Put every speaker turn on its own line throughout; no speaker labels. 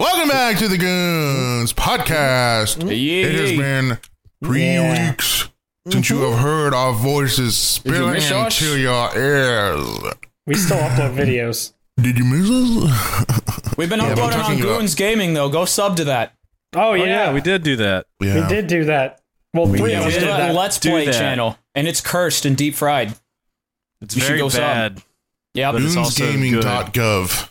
Welcome back to the Goons Podcast.
Yeah.
It has been three
Yeah.
weeks since you have heard our voices
Did you
spilling
miss us?
into your ears.
We still upload videos.
Did you miss us?
We've been
Yeah, but I'm
uploading on
talking about-
Goons Gaming though. Go sub to that.
Oh,
Oh
yeah.
yeah. we did do that.
yeah.
We did do that. Well,
We
three
did.
of us
It's
did
a
that.
Let's
Do
Play
that.
channel, and it's cursed and deep fried.
It's
You should
very
go sub.
bad.
Yep.
But it's also good.
Goonsgaming.gov.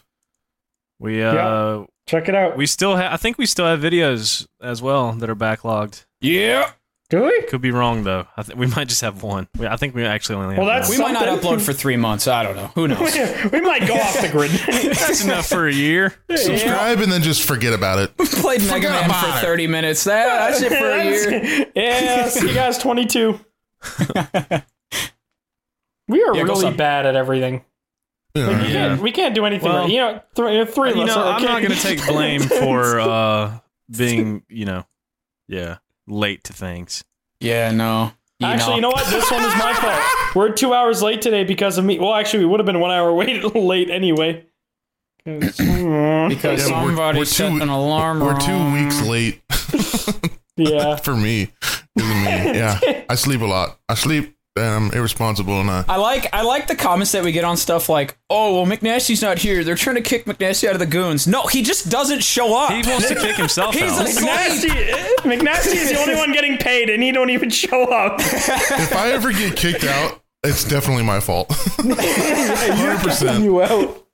We uh
Check it out.
we still have I think we still have videos as well that are backlogged.
Yeah.
do we?
Could be wrong though. I think we might just have one. We, I think we actually only have
Well, that's-
We
one.
might not
Something-
upload for three months. I don't know. Who knows?
we might go off the grid.
that's enough for a year.
Subscribe and then just forget about it.
Played Mega
Forgot
Man
about
for
it.
30 minutes. That, that's it for a year.
yeah, see you guys 22. we are
Yeah, go
really
sub.
bad at everything.
Yeah.
We can't- We can't do anything
Well,
right. You know, th- three of
You
us
know,
are
I'm
okay.
not gonna take blame for uh being, you know, yeah, late to things.
Yeah, no. You
Actually, you know what? This one is my fault. We're two hours late today because of me. Well, actually, we would have been one hour wait late anyway. 'Cause-
Because
Yeah, we're-
somebody
we're
set
two-
an alarm
We're two
wrong.
weeks late
yeah.
for me. Isn't me. Yeah. I sleep a lot. I sleep and I'm irresponsible and I
I like I like the comments that we get on stuff like, oh well McNasty's not here. They're trying to kick McNasty out of the goons. No, he just doesn't show up.
He wants to kick himself
He's
out.
a-
McNasty, McNasty is the only one getting paid, and he don't even show up.
if I ever get kicked out, it's definitely my fault. 100%.
you out.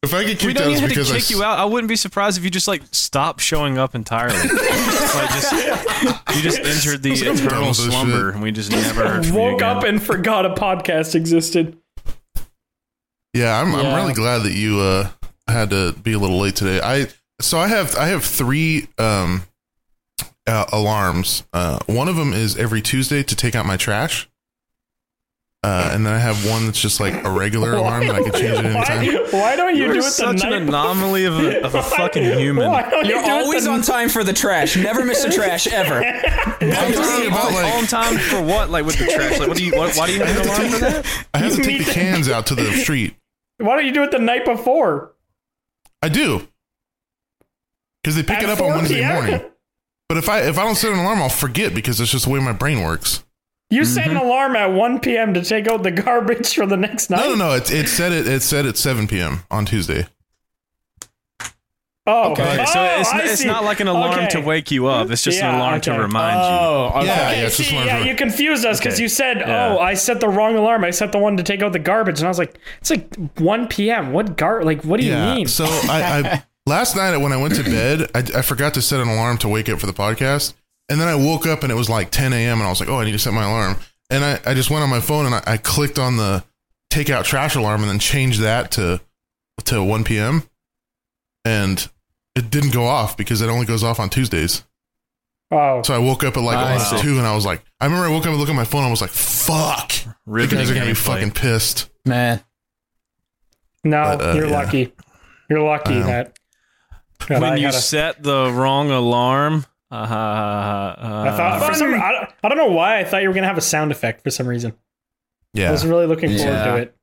If I get
we
kicked
don't
out, it's
even have to
because I
kick you out. I wouldn't be surprised if you just like stop showing up entirely. It's like just, you just entered the
dumb
eternal
bullshit.
slumber, and we just never heard from you
Woke
again.
up and forgot a podcast existed.
Yeah, I'm, I'm
Yeah.
really glad that you uh, had to be a little late today. I so I have I have three um, uh, alarms. Uh, one of them is every Tuesday to take out my trash, uh, and then I have one that's just like a regular alarm that I can change at any time.
Why, why don't you,
You're
do it the
such an
night?
anomaly of a, of a
Why-
fucking human.
why don't you
You're
do it
always
the-
on time for the trash. Never miss a trash ever.
I'm talking about
on
like
time for what? Like with the trash? Like what do you? What, why do you have an alarm for that?
I have to take the cans out to the street.
Why don't you do it the night before?
I do because they pick
At
it up on
4
Wednesday
p.m.?
morning. But if I if I don't set an alarm, I'll forget because it's just the way my brain works.
You set an alarm at 1 p.m. to take out the garbage for the next night.
Mm-hmm. No, no, no. It's it said it it said at 7 p.m. on Tuesday.
Oh,
Okay,
so
oh,
it's,
I
not, it's
see.
not like an alarm
Okay.
to wake you up. It's just an
Yeah,
alarm
okay.
to remind you.
Oh, okay.
Ah, Yeah,
Okay,
yeah, it's just
see,
one
yeah,
for-
you confused us because
Okay.
you said,
Yeah.
"Oh, I set the wrong alarm. I set the one to take out the garbage," and I was like, "It's like 1 p.m. What gar? Like, what do you mean?"
So I, I last night when I went to bed, I, I forgot to set an alarm to wake up for the podcast, and then I woke up and it was like 10 a.m. and I was like, oh, I need to set my alarm, and I, I just went on my phone and I, I clicked on the take out trash alarm and then changed that to to 1 p.m. and it didn't go off because it only goes off on Tuesdays.
oh,
So I woke up at like
I
almost
see.
two and I was like, I remember I woke up and looked at my phone and I was like, fuck, you
Riveting
guys are gonna be
gameplay.
fucking pissed.
man.
no,
but, uh,
you're
yeah.
lucky. You're lucky
Um,
that. that
When
I,
you
had a-
set the wrong alarm. Uh, uh, uh,
I thought for some, I don't, I don't know why I thought you were gonna have a sound effect for some reason. I
Yeah,
was really looking forward
Yeah.
to it.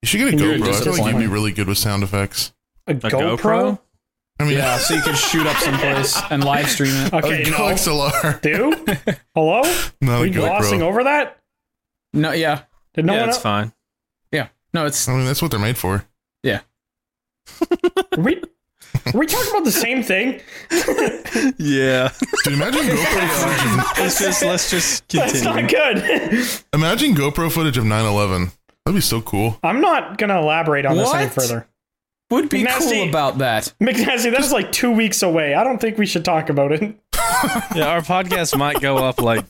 you should get a
You're a
GoPro. I feel like you'd be
disappointment.
really good with sound effects.
A,
a
GoPro?
GoPro?
I mean,
Yeah, so you can shoot up someplace and live stream it.
Okay,
a
no.
XLR.
dude. Hello?
Not
Are
a
we glossing
GoPro.
over that?
No, yeah,
Did no
yeah,
one?
it's
el-
fine.
yeah. No, it's
I mean, that's what they're made for.
yeah.
Are we Are we talking about the same thing?
Yeah.
Dude, imagine GoPro footage. Of,
let's just let's just
That's
continue.
not good.
imagine GoPro footage of 9/11. That'd be so cool.
I'm not gonna elaborate on this any
What?
further.
Would be
Nasty.
cool about that.
McNasty, that's like two weeks away. I don't think we should talk about it.
Yeah, our podcast might go up like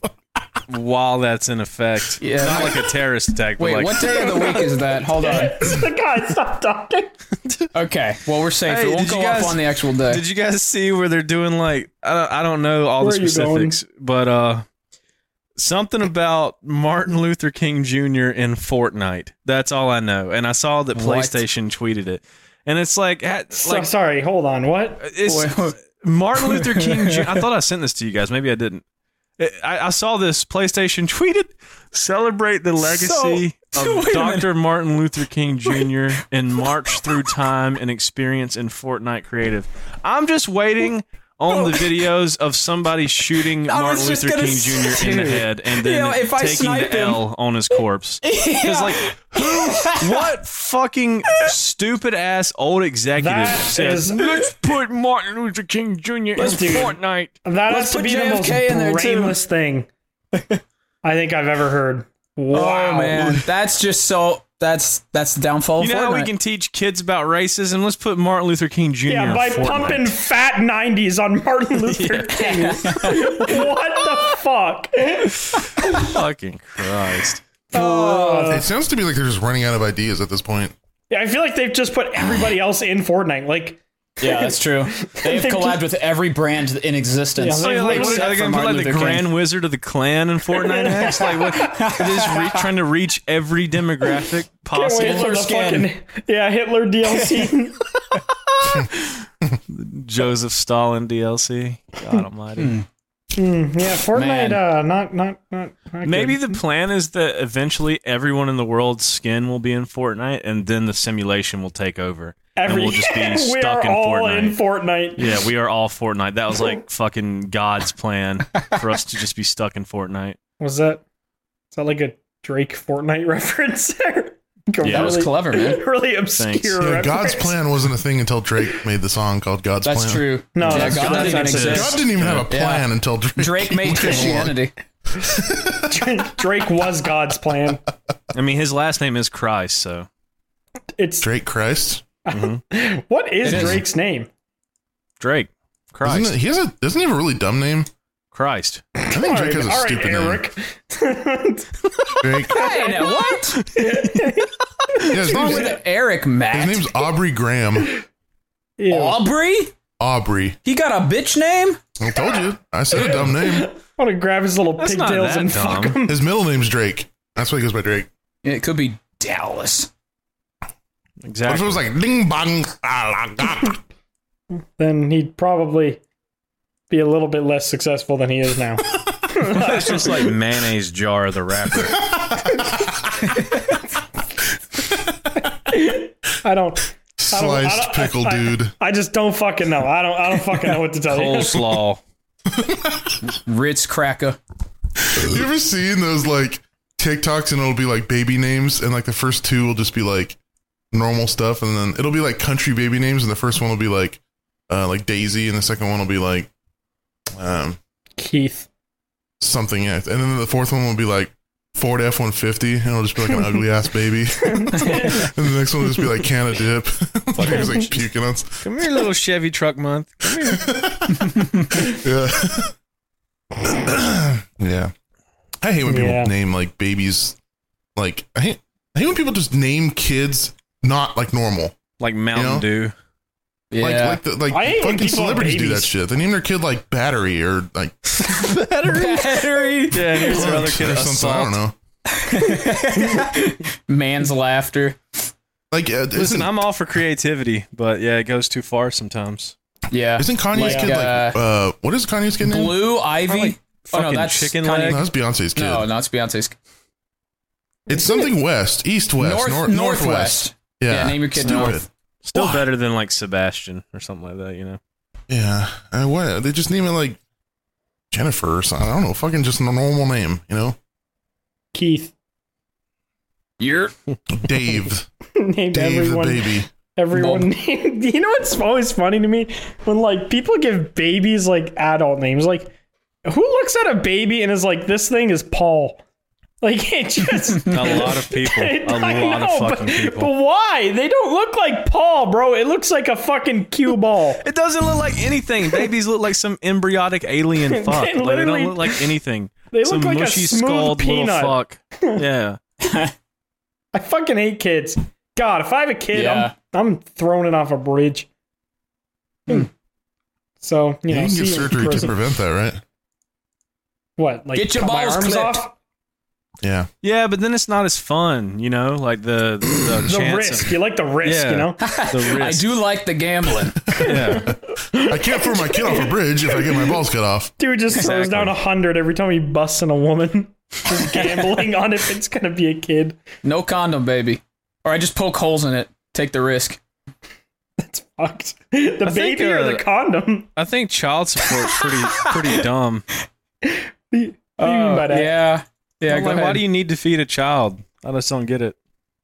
while that's in effect.
Yeah.
Not like a terrorist attack, but
Wait,
like
what day of the week is that? Hold on.
God, stop talking.
Okay, well we're safe.
Hey,
it won't
did
go
you guys-
off on the actual day.
Did you guys see where they're doing like I don't, I don't know all
Where are
the
you going?
specifics, but uh something about Martin Luther King Jr. in Fortnite. That's all I know. And I saw that
What?
PlayStation tweeted it. And it's like ha-
So-
like
sorry, hold on. What?
it's
Wait,
Martin Luther King Jr. I thought I sent this to you guys, maybe I didn't. I, I I saw this PlayStation tweeted celebrate the legacy
So-
of
wait a
Dr. Martin Luther King Jr. and march through time and experience in Fortnite Creative. I'm just waiting on the videos of somebody shooting
I
Martin
was just
Luther
gonna
King Jr. in the
say-
head and
You
then
know, if I
taking
snipe
the
him-
L on his corpse. It's like who what fucking stupid ass old executive
That
says
is-
let's put Martin Luther King Jr. in
do it."
Fortnite.
That
uh, Let's
has to
put
be the most
JFK in there, too.
brainless thing I think I've ever heard. Wow,
Oh man, that's just so. That's that's the downfall.
You know
of
how we
Fortnite.
can teach kids about racism? Let's put Martin Luther King Jr.
Yeah,
in
by
Fortnite.
pumping fat 90s on Martin Luther King. what the fuck?
Fucking Christ.
Oh,
it sounds to me like they're just running out of ideas at this point.
Uh, Yeah, I feel like they've just put everybody else in Fortnite. Like,
Yeah, that's true. They've collabed with every brand in existence.
Yeah, they-
Like,
like,
Oh, like,
what-
are they
for
gonna put
Martin
like the
Luther King.
Grand Wizard of the Clan in Fortnite next? Like, what? They're just re- trying to reach every demographic
can't wait
possible.
for the
skin.
fucking yeah Hitler DLC.
Joseph Stalin DLC. God Almighty.
yeah, Fortnite.
Man.
Uh, not not not. not
Maybe
good.
the plan is that eventually everyone in the world's skin will be in Fortnite, and then the simulation will take over, and we'll just be
we
stuck
are
in
all
Fortnite.
in Fortnite.
Yeah, we are all Fortnite. That was like fucking God's plan for us to just be stuck in Fortnite.
Was that? Is that like a Drake Fortnite reference? there? Like a
Yeah.
That was clever, man.
Really obscure.
Thanks. Yeah,
Yeah, God's
reference.
plan wasn't a thing until Drake made the song called God's
That's
Plan.
true.
No,
yeah,
that's-
God
that's
didn't
not true.
exist.
God didn't even have a
Yeah.
plan until Drake.
Drake made
came along.
Christianity.
Drake was God's plan.
I mean, his last name is Christ, so
It's
Drake Christ.
what is
It is.
Drake's name?
Drake Christ
Isn't it, he has a doesn't he have a really dumb name?
Christ.
I think Drake has a
all right,
stupid
Eric.
name. Drake.
Hey, now, what?
Yeah, his,
Wrong
name's,
with Eric
his
Matt?
name's Aubrey Graham.
Ew.
Aubrey?
Aubrey.
He got a bitch name?
I told you. I said a dumb name.
I want to grab his little
That's not
pigtails
that
and fuck
dumb.
him.
His middle name's Drake. That's why he goes by Drake.
Yeah, It could be Dallas.
What if it
Exactly.
was like ding bong ah, la, ga.
Then he'd probably be a little bit less successful than he is now.
It's just like mayonnaise jar, the rapper.
I don't. I don't- I don't-
sliced pickle
I-
dude?
I just don't fucking know. I don't. I don't fucking know what
Oh,
to tell you.
Coleslaw.
Ritz Cracker.
You ever seen those like TikToks and it'll be like baby names and like the first two will just be like normal stuff and then it'll be like country baby names and the first one will be like uh like Daisy and the second one will be like um
Keith.
something else and then the fourth one will be like Ford F one fifty and it'll just be like an ugly ass baby and the next one will just be like can of dip He's like puking on s-
Come here, little Chevy truck month. Come here.
yeah yeah I hate when people
Yeah.
name like babies like I hate I hate when people just name kids not like normal.
Like Mountain Dew.
Yeah.
Like like the, like
I hate when
fucking
people have
celebrities do
babies.
that shit. They name their kid like battery or like
Battery.
Yeah, and here's another
punch
kid
or something. I don't
assault.
know.
Man's laughter.
Like uh,
Listen,
isn't,
I'm all for creativity, but yeah, it goes too far sometimes.
Yeah.
isn't Kanye's
like,
kid like
uh,
uh what is Kanye's kid name?
Blue Ivy?
like
oh, no,
fucking
that's
chicken
Kanye-
No,
leg.
that's Beyonce's kid.
No, no, it's Beyonce's.
it's something west, east west,
North,
nor- Yeah.
Northwest. Yeah, name your kid
Stupid.
North.
Still
Why?
better than like Sebastian or something like that, you know.
Yeah, I, what they just name it like Jennifer or something. I don't know, fucking just a normal name, you know?
Keith.
You're
Dave, Dave
Named
the
everyone.
baby.
Everyone, you know what's always funny to me when like people give babies like adult names. Like, who looks at a baby and is like, "This thing is Paul." Like it just
A lot of people. A
I
lot of
know,
fucking
but,
people.
But why? They don't look like Paul, bro. It looks like a fucking cue ball.
It doesn't look like anything. Babies look like some embryotic alien fuck. Like, they
literally-
don't look like anything.
They
some
look like a
mushy
smooth
scald
peanut.
little fuck. Yeah.
I fucking hate kids. God, if I have a kid,
Yeah.
I'm I'm thrown it off a bridge. Hmm. So you
You
know,
can
see
get
in
surgery to
prison.
prevent that, right?
What? Like
Get your
cut my
balls
arms
clipped.
off?
Yeah.
Yeah, but then it's not as fun, you know? Like the the,
The
chance
risk.
Of,
you like the risk,
Yeah.
you know?
the
I
risk.
do like the gambling.
Yeah.
I can't throw my kid off a bridge if I get my balls cut off.
Dude just throws
Exactly.
down a hundred every time he busts in a woman. Just gambling on if it's gonna be a kid.
No condom, baby. Or I just poke holes in it. Take the risk.
That's fucked. The
I think,
baby or
uh,
the condom?
I think child support's pretty pretty dumb.
What do you mean by that?
Uh, Yeah. Yeah.
I'm
go
like, why
ahead.
do you need to feed a child? I just don't get it.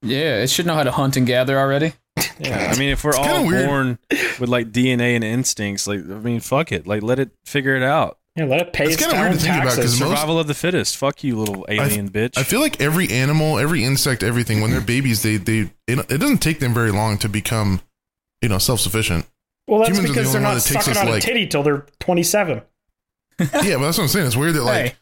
yeah, it should know how to hunt and gather already.
Yeah. I mean, if we're all
kinda weird.
born with like DNA and instincts, like I mean, fuck it. Like let it figure it out.
Yeah, let it pay
It's
its
kinda weird
own
to think about, 'cause
taxes.
Most-
Survival of the fittest. Fuck you, little
I-
alien bitch.
I feel like every animal, every insect, everything when they're babies, they they it, it doesn't take them very long to become, you know, self sufficient.
Well, that's
humans are the
because
only
they're
one
not
that takes
sucking
us,
on
like-
a titty till they're 27.
Yeah, but that's what I'm saying. It's weird that like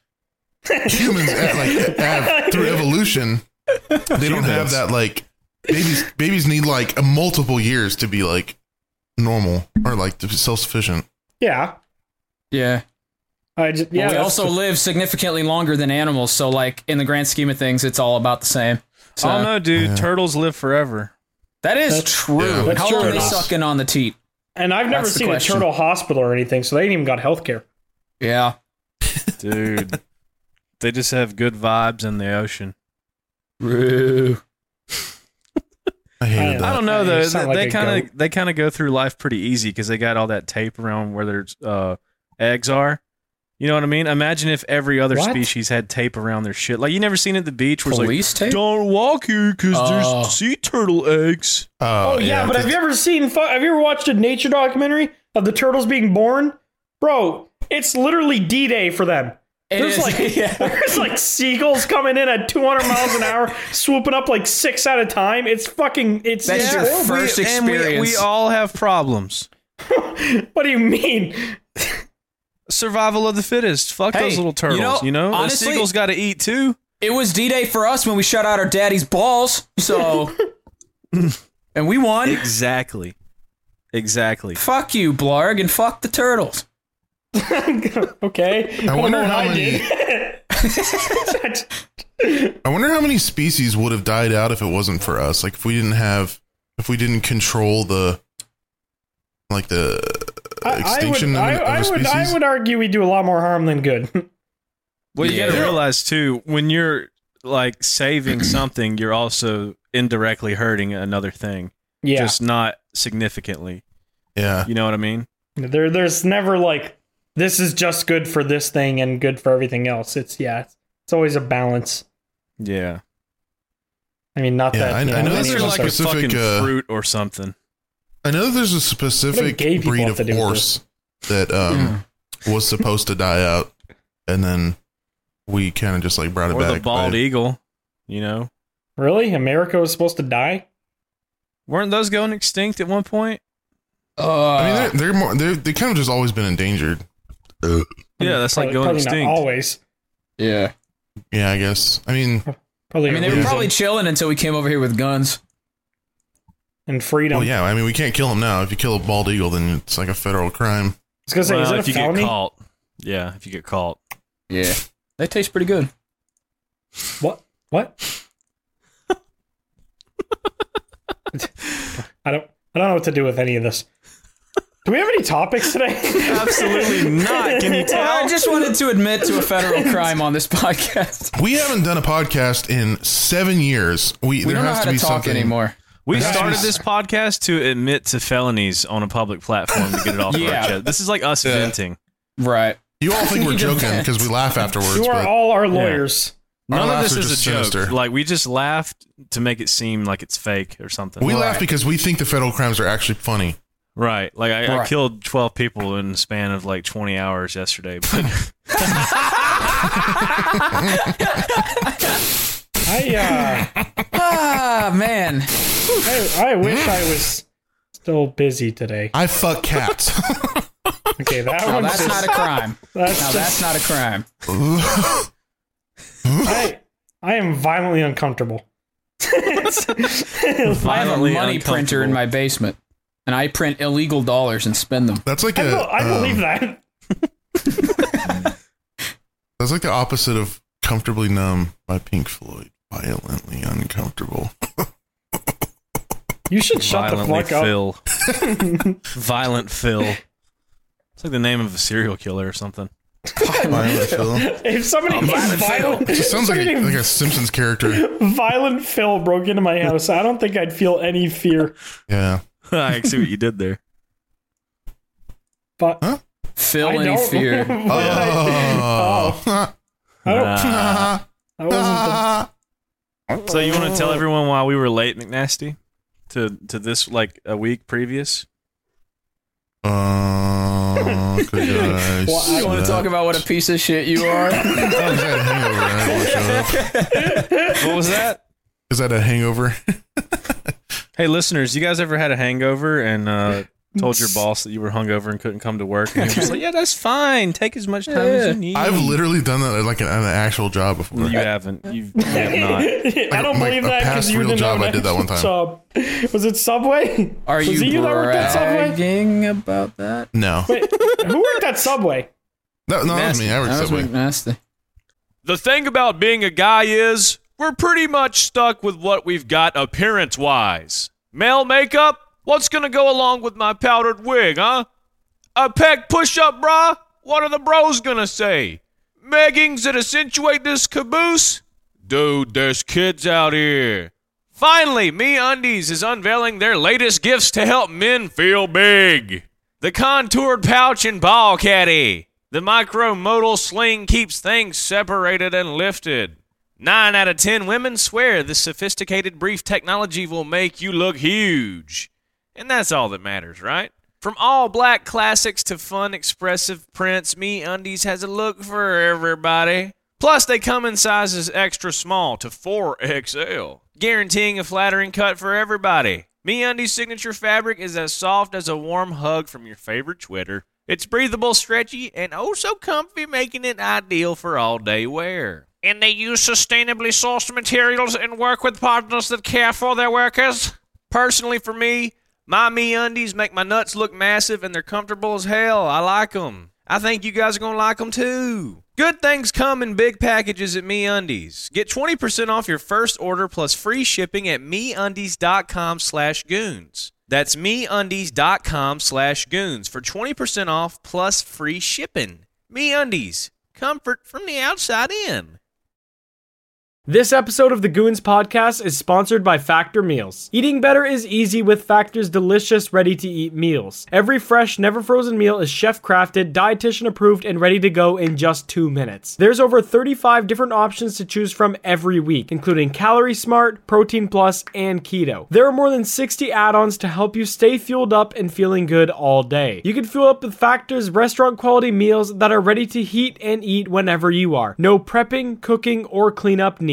humans at, like have, through evolution, they don't have that like babies. Babies need like a multiple years to be like normal or like to be self sufficient.
Yeah.
Yeah.
I just,
Well,
yeah.
we
that's
also
the-
live significantly longer than animals, so like in the grand scheme of things, it's all about the same. So
oh no, dude.
Yeah.
Turtles live forever.
that is
That's-
true.
Yeah.
That's
How long
true.
are they sucking on the teat?
And I've never
That's the
seen a
question.
turtle hospital or anything, so they ain't even got health care.
Yeah.
Dude. they just have good vibes in the ocean.
I hated
I-
that.
I don't know
Uh, you
though.
sound
They-
like
they
a
kind
goat.
of they kind of go through life pretty easy because they got all that tape around where their uh, eggs are. You know what I mean? Imagine if every other
What?
species had tape around their shit. Like you never seen at the beach where it's like,
Police tape?
don't walk here because
Oh.
there's sea turtle eggs.
Uh,
Oh, yeah, but have you ever seen, fu- have you ever watched a nature documentary of the turtles being born? Bro, it's literally D Day for them.
It
There's
is-
like there's like seagulls coming in at 200 miles an hour, swooping up like six at a time. It's fucking it's.
That's
it's
your
horrible.
first
And we, we
experience.
all have problems.
What do you mean?
Survival of the fittest. Fuck
Hey,
those little
you
turtles. You know,
know,
The
honestly-
seagulls got to eat too.
it was D Day for us when we shut out our daddy's balls. So and we won.
Exactly. Exactly.
fuck you, Blarg, and fuck the turtles.
Okay,
I wonder
know what
how
I
many.
did.
I wonder how many species would have died out if it wasn't for us. Like if we didn't have, if we didn't control the, like the extinction
I, I,
of, a- of
would, I,
a
I would
species.
I would argue we do a lot more harm than good.
Well, you got to
Yeah.
realize too when you're like saving something, you're also indirectly hurting another thing,
yeah,
just not significantly.
yeah,
You know what I mean?
there there's never like this is just good for this thing and good for everything else. It's yeah, it's, it's always a balance.
Yeah.
I mean, not
Yeah,
that
I-
you
I know
any
that's
Unless
of
you're
a
us
like a
specific,
fucking
uh,
fruit or something.
I know there's a
What
specific
do gay people
breed
have
of
to do with
horse that um
Hmm.
was supposed to die out, and then we kind of just like brought it
Or
back.
the bald e-
by-
eagle, you know?
are- really, America was supposed to die.
Weren't those going extinct at one point?
Uh,
I mean, they're they're more they're they kind of just always been endangered.
Yeah, that's like
Probably-
going
probably
extinct.
Not always.
yeah.
Yeah, I guess. I mean,
Probably
I mean, they were
reason
probably chilling until we came over here with guns.
and freedom.
well, yeah. I mean, we can't kill them now. If you kill a bald eagle, then it's like a federal crime.
I was gonna say, is
Well, if
it a
you get
felony?
caught. Yeah, if you get caught.
Yeah. They taste pretty good.
What? What? I don't. I don't know what to do with any of this. Do we have any topics today?
Absolutely not. Can you
I
tell?
just wanted to admit to a federal crime on this podcast.
We haven't done a podcast in seven years. We,
We
there
don't know
has
how
to
to
be
talk
something
anymore.
We
That's
started
just-
this podcast to admit to felonies on a public platform to get it off
Yeah.
our chest. This is like us venting.
Right.
You all think we're
You just
joking
can't.
because we laugh afterwards.
You are
But
all our lawyers.
None of
laughs
this
are
is a
just
joke.
sinister.
Like we just laughed to make it seem like it's fake or something.
We
right.
laugh because we think the federal crimes are actually funny.
right. Like I, I
Right.
killed twelve people in the span of like twenty hours yesterday. But
I uh,
Ah, man.
I, I wish I was still busy today.
I fuck cats.
Okay, that
Now
one's
that's
just,
not a crime.
that's
Now that's
just,
not a crime.
I, I am violently uncomfortable.
I have a
Violently
money printer in
uncomfortable.
my basement, and I print illegal dollars and spend them.
That's like
I,
a.
bel- I believe
um,
that.
That's like the opposite of comfortably numb by Pink Floyd. Violently uncomfortable.
You should shut the
Violently
fuck up.
Phil. Violent Phil. It's like the name of a serial killer or something.
Violent Phil.
If somebody named violent,
It sounds like
somebody
a,
named
like a Simpsons character.
violent Phil broke into my house, I don't think I'd feel any fear.
Yeah.
I see what you did there.
But
Huh?
Fill
I
any
don't.
fear.
But I-
Oh. Ah.
oh, I don't.
Nah.
That wasn't
So you want to tell everyone why we were late, McNasty, to to this like a week previous?
Uh, could I
Well, I
You want to talk about what a piece of shit you are?
I was at Oh, a hangover. I didn't wanna show up.
What was that?
Is that a hangover?
Hey, listeners, you guys ever had a hangover and uh, told your boss that you were hungover and couldn't come to work? And he was like, "Yeah, that's fine. Take as much time as you need."
I've literally done that at like an, an actual job before.
Mm. you haven't. You've, you have not.
the, I don't
my-
believe
a
that
past
because you
real
didn't
job,
have
I
an
did that one
actual Job. Was it Subway?
Are
was
you,
it you that worked at Subway?
bragging about that?
No.
Wait, who worked at Subway?
No, no, that was me. I worked
That was
Subway.
nasty.
The thing about being a guy is we're pretty much stuck with what we've got appearance wise. Male makeup? What's gonna go along with my powdered wig, huh? A peck push up bra? What are the bros gonna say? Meggings that accentuate this caboose? Dude, there's kids out here. Finally, Me Undies is unveiling their latest gifts to help men feel big. The contoured pouch and ball caddy. The micromodal sling keeps things separated and lifted. Nine out of ten women swear this sophisticated brief technology will make you look huge. And that's all that matters, right? From all black classics to fun, expressive prints, Me Undies has a look for everybody. Plus, they come in sizes extra small to 4XL, guaranteeing a flattering cut for everybody. Me Undies signature fabric is as soft as a warm hug from your favorite Twitter. It's breathable, stretchy, and oh so comfy, making it ideal for all day wear. And they use sustainably sourced materials and work with partners that care for their workers. Personally, for me, my me undies make my nuts look massive and they're comfortable as hell. I like 'em. I think you guys are going to like 'em too. Good things come in big packages at me undies. Get 20% off your first order plus free shipping at meundies.com slash goons. That's meundies.com slash goons for 20% off plus free shipping. Me undies, comfort from the outside in.
This episode of the Goons Podcast is sponsored by Factor Meals. Eating better is easy with Factor's delicious, ready to eat meals. Every fresh, never frozen meal is chef crafted, dietitian approved, and ready to go in just two minutes. There's over 35 different options to choose from every week, including Calorie Smart, Protein Plus, and Keto. There are more than 60 add ons to help you stay fueled up and feeling good all day. You can fuel up with Factor's restaurant quality meals that are ready to heat and eat whenever you are. No prepping, cooking, or cleanup needed.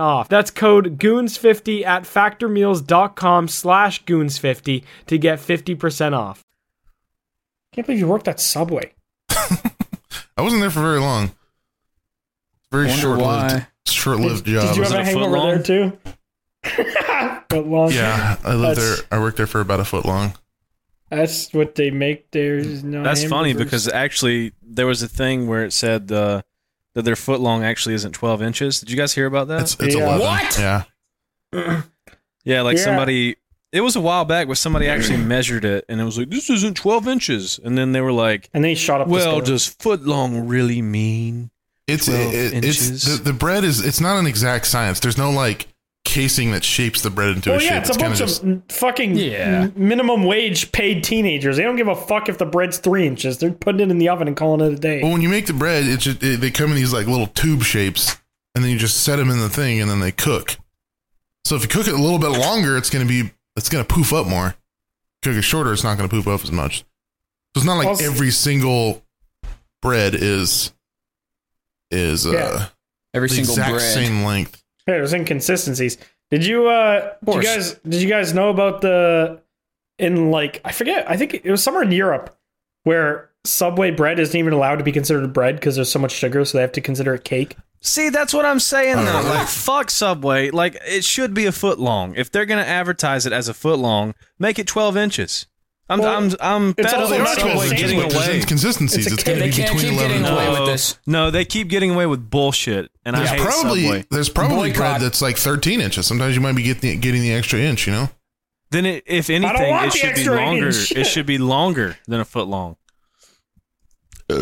off. That's code goons50 at factormeals.com slash goons50 to get 50% off.
can't believe you worked at Subway.
I wasn't there for very long. Very
Wonder
short lived
why.
short lived job.
Did you
was
have a
it a
hangover
footlong?
there too? Foot long.
yeah, I lived there.
That's-
I worked there for about a foot long.
That's what they make. There's no.
That's funny
hamburgers.
because actually there was a thing where it said uh, that their foot long actually isn't 12 inches. Did you guys hear about that?
It's it's
Yeah.
eleven.
What?
Yeah.
yeah, like
Yeah.
somebody. It was a while back where somebody actually measured it and it was like, this isn't 12 inches. And then they were like,
And they shot up.
well,
the store.
does foot long really mean?
It's
12
it, it's
inches.
the, the bread is it's not an exact science. There's no like casing that shapes the bread into
Well,
a shape.
Oh, yeah, it's a
kinda
bunch
just-
of fucking
Yeah.
m- minimum wage paid teenagers. They don't give a fuck if the bread's three inches. They're putting it in the oven and calling it a day.
Well, when you make the bread, it's just, it, they come in these like little tube shapes, and then you just set them in the thing, and then they cook. So if you cook it a little bit longer, it's gonna be it's gonna poof up more. Cook it shorter, it's not gonna poof up as much. So it's not like
Also-
every single bread is is uh,
Yeah.
Every
the
single
exact
bread.
same length.
Yeah, there's inconsistencies. Did you uh did you
course.
guys did you guys know about the in like I forget, I think it was somewhere in Europe where Subway bread isn't even allowed to be considered bread because there's so much sugar, so they have to consider it cake.
See, that's what I'm saying
Oh,
though.
really?
Like, fuck Subway. Like, it should be a foot long. If they're gonna advertise it as a foot long, make it 12 inches. I'm,
Well,
I'm, I'm
it's
bet
also
on
not
Subway
consistent
getting
with-
away.
inconsistencies.
It's a
It's, gonna
cake.
be
They can't
between
keep
eleven
getting
and
away
twelve.
with
No,
this.
No, they keep getting away with bullshit, and I
There's
hate
probably
Subway.
there's probably
Boycott.
bread that's like 13 inches. Sometimes you might be getting the, getting the extra inch. You know.
Then, it, if anything,
want
it
the
should be
extra
longer.
inch.
It should be longer than a foot long.
Uh,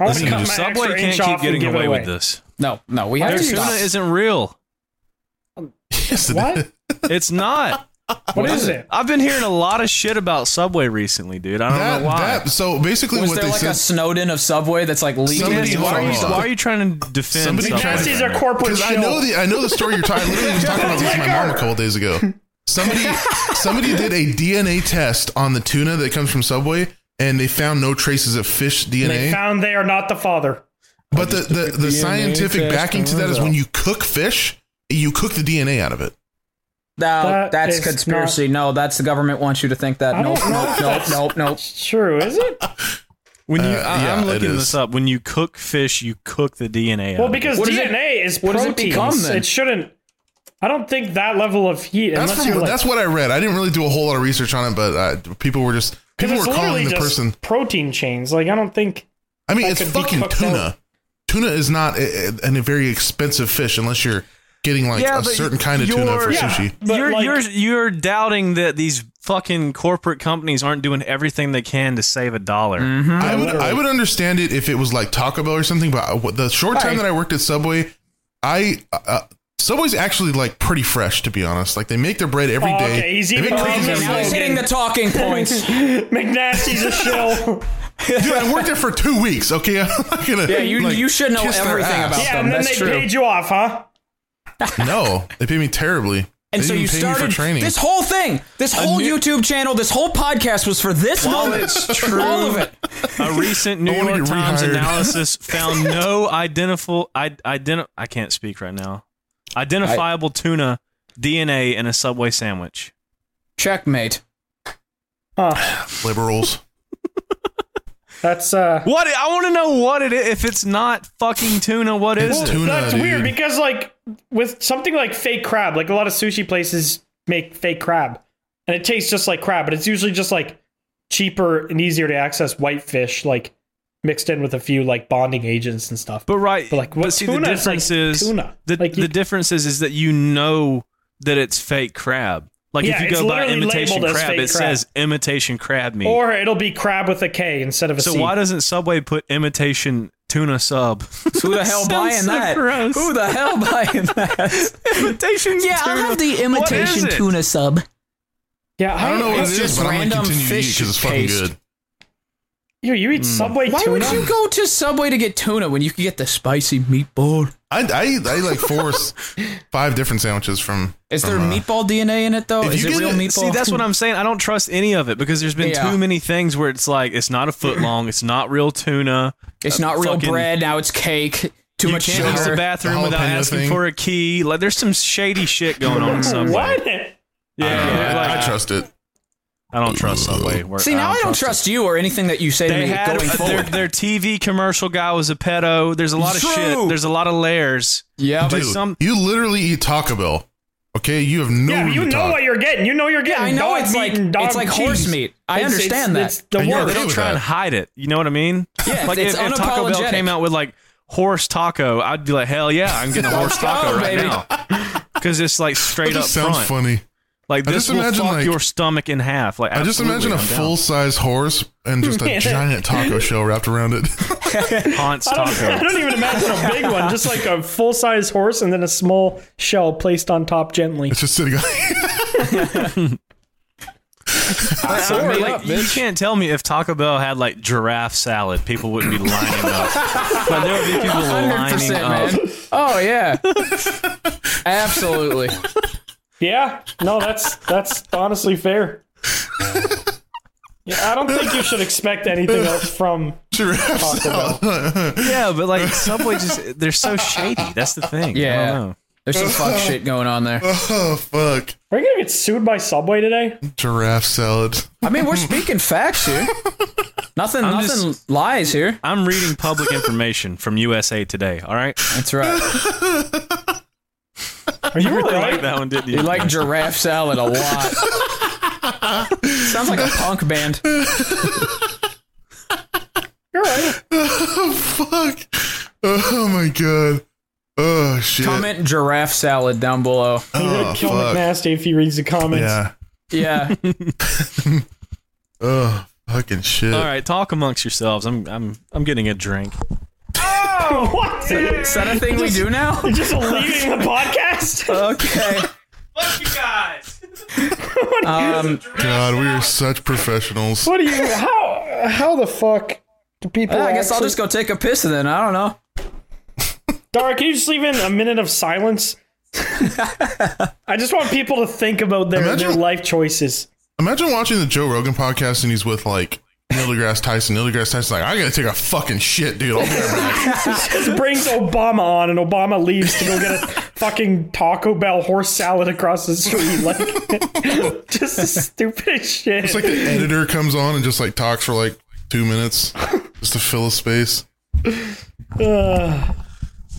I wanna
Listen,
cut my extra
Subway can't
inch
keep
off and
getting
give it
away, with this.
No, no, we have
Their
to
tuna
stop.
isn't real.
Yes, it
What?
is.
It's not.
What is it?
I've been hearing a lot of shit about Subway recently, dude. I don't
That,
know why.
that, so basically,
Was
what
there
they
like
said,
a Snowden of Subway that's like leaking?
Somebody-
into
why, are you,
hold on.
why are you trying to defend
Somebody
Subway?
tried to-
Nazis are corporate
Because I
shill.
know the I know the story you're talking. I literally was talking about this with my mom a couple days ago. Somebody somebody did a DNA test on the tuna that comes from Subway, and they found no traces of fish
They
DNA.
found they are not the father.
but the the, the,
DNA
scientific
test
backing to
comes
that is
out.
when you cook fish, you cook the DNA out of it.
No,
That
that's
is
conspiracy. No, that's the government wants you to think
I
that. Nope,
don't know if
nope,
that's-
nope, nope, nope.
True, is it?
When you,
Uh,
I,
yeah,
I'm
it
looking
is.
this up. When you cook fish, you cook the DNA.
Well,
out of it.
because
What does it-
DNA is
what does it
proteins.
become, then?
it shouldn't I don't think that level of heat
That's
unless
from,
you're like
that's what I read. I didn't really do a whole lot of research on it, but uh, people were just
'cause
people were
it's literally
calling the
just
person.
protein chains. Like I don't think
I mean, it's
that could be
fucking
cooked
tuna.
out.
Tuna is not a, a, a very expensive fish unless you're getting like
Yeah,
a
but
certain kind of tuna for
you're-
Yeah.
sushi.
But,
you're,
like-
you're you're doubting that these fucking corporate companies aren't doing everything they can to save a dollar.
Mm.
I would
literally.
I would understand it if it was like Taco Bell or something, but I- the short time
Right.
that I worked at Subway, I uh, Subway's actually like pretty fresh to be honest. Like they make their bread every day.
Oh, okay, he's
They
even
make
wrong
cookies
in
every
Now
day.
he's
Logan.
hitting the talking points.
McNasty's a shill.
Dude, I worked there for two weeks. Okay, I'm not gonna.
Yeah, you-
like,
you should know
kiss their
everything
ass.
about
yeah, and then
That's
they
true.
paid you off, huh?
No, they paid me terribly.
And
they
so
didn't
you
pay me
started
for training.
this whole thing, this whole
new-
YouTube channel, this whole podcast was for this moment. All of it.
A recent New
I wanna get
York Times
rehired.
analysis found no identifiable I, identi- I can't speak right now. Identifiable tuna DNA in a Subway sandwich.
Checkmate.
Huh.
Liberals.
That's uh
What I want to know what it is. If it's not fucking tuna, what is
Well,
it?
Tuna,
that's weird
dude.
because like with something like fake crab, like a lot of sushi places make fake crab. And it tastes just like crab, but it's usually just like cheaper and easier to access whitefish, like mixed in with a few like bonding agents and stuff.
But right,
But, like,
but
what
see the
tuna is, like,
difference is
tuna?
the
Like, you-
the difference is is that you know that it's fake crab. Like
Yeah,
if you
it's
go by
literally
imitation
labeled as
crab,
fake crab.
it says imitation crab meat.
or it'll be crab with a K instead of a
so
C.
why doesn't Subway put imitation tuna sub?
Who the hell
Sounds
buying
so
that?
gross.
Who the hell buying that?
imitation
yeah, I'll have the
What is
imitation
it?
tuna sub.
yeah,
I don't know what
It's
it is,
just
but I'm gonna
random
continue to eat
fish
because it's fucking
paste.
good.
You, you
Hmm.
eat Subway
Why
tuna?
would you go to Subway to get tuna when you could get the spicy meatball?
I I eat, I eat like four, s- five different sandwiches from.
Is
from,
there
uh,
meatball DNA in it though?
if
Is
you
it
get
real
it-
meatball?
See, that's what I'm saying. I don't trust any of it because there's been
Yeah.
too many things where it's like it's not a foot long, it's not real tuna.
It's not real
Fucking-
bread. Now it's cake. Too
you
much
can't use the
sugar.
bathroom
The
without
jalapeno
asking
thing.
for a key. Like there's some shady shit going on in Subway.
What?
Yeah,
I,
yeah, like-
I trust it.
I don't trust Subway. We're-
See, now I don't
it.
trust you or anything that you say to
They
me
had
going
their,
forward.
their TV commercial guy was a pedo. There's a lot of
True.
shit. There's a lot of layers.
Yeah,
Dude.
but
Dude,
some-
you literally eat Taco Bell. Okay, you have no.
Yeah,
room
but you
to
know
talk.
what you're getting. You know you're
yeah,
getting.
I know
dog
it's
meat
like
and dog
it's like horse
cheese.
meat. I
It's-
understand
it's,
that.
It's the
And you're
They
worst.
okay
don't
with
try
that.
and hide it. You know what I mean?
Yeah,
like
it's
if, if Taco Bell
unapologetic.
came out with like horse taco, I'd be like, hell yeah, I'm getting a horse taco
go,
right
baby.
now. Because it's like straight
That
up
just sounds
front.
funny.
Like
I
this
just
will
imagine,
fuck
like-
your stomach in half. Like
I just imagine a full size horse and just a giant taco shell wrapped around it.
Hans
I don't, I
taco.
don't even imagine a big one, just like a full size horse and then a small shell placed on top gently.
It's just sitting on.
I mean,
Sorry,
like,
up,
you
bitch.
can't tell me if Taco Bell had like giraffe salad, people wouldn't be lining up. but there would be people lining
100%,
up.
man. Oh yeah, absolutely.
Yeah, no, that's that's honestly fair. Yeah, I don't think you should expect anything else from
Giraffe
Taco
salad.
Yeah, but like Subway just they're so shady. That's the thing. I
Yeah.
don't know.
There's some fuck shit going on there.
oh fuck!
Are you gonna get sued by Subway today?
Giraffe salad.
I mean, we're speaking facts here. Nothing,
I'm
nothing lies here.
I'm reading public information from USA Today, all right?
That's right.
Are you
I
right?
like that one, didn't you?
You like giraffe salad a lot. Sounds like a punk band.
You're right.
Oh fuck! Oh my god! Oh shit!
Comment giraffe salad down below.
You're
Oh,
gonna kill
fuck.
McNasty if he reads the comments.
Yeah.
Yeah.
Oh fucking shit!
all right, talk amongst yourselves. I'm I'm I'm getting a drink.
Oh, what?
Is that a thing we do now?
Just leaving the podcast?
Okay. Um,
God, we are such professionals.
What do you? How? How the fuck do people?
I guess I'll
actually-
just go take a piss then. I don't know.
Dara, can you just leave in a minute of silence? I just want people to think about their,
Imagine-
their life choices.
Imagine watching the Joe Rogan podcast and he's with like Neil deGrasse Tyson. Neil deGrasse Tyson's like, I gotta take a fucking shit, dude. I'll be right back."
Just brings Obama on, and Obama leaves to go get a fucking Taco Bell horse salad across the street. Like, just the stupidest shit.
It's like the editor comes on and just like talks for like two minutes just to fill a space.
Ugh.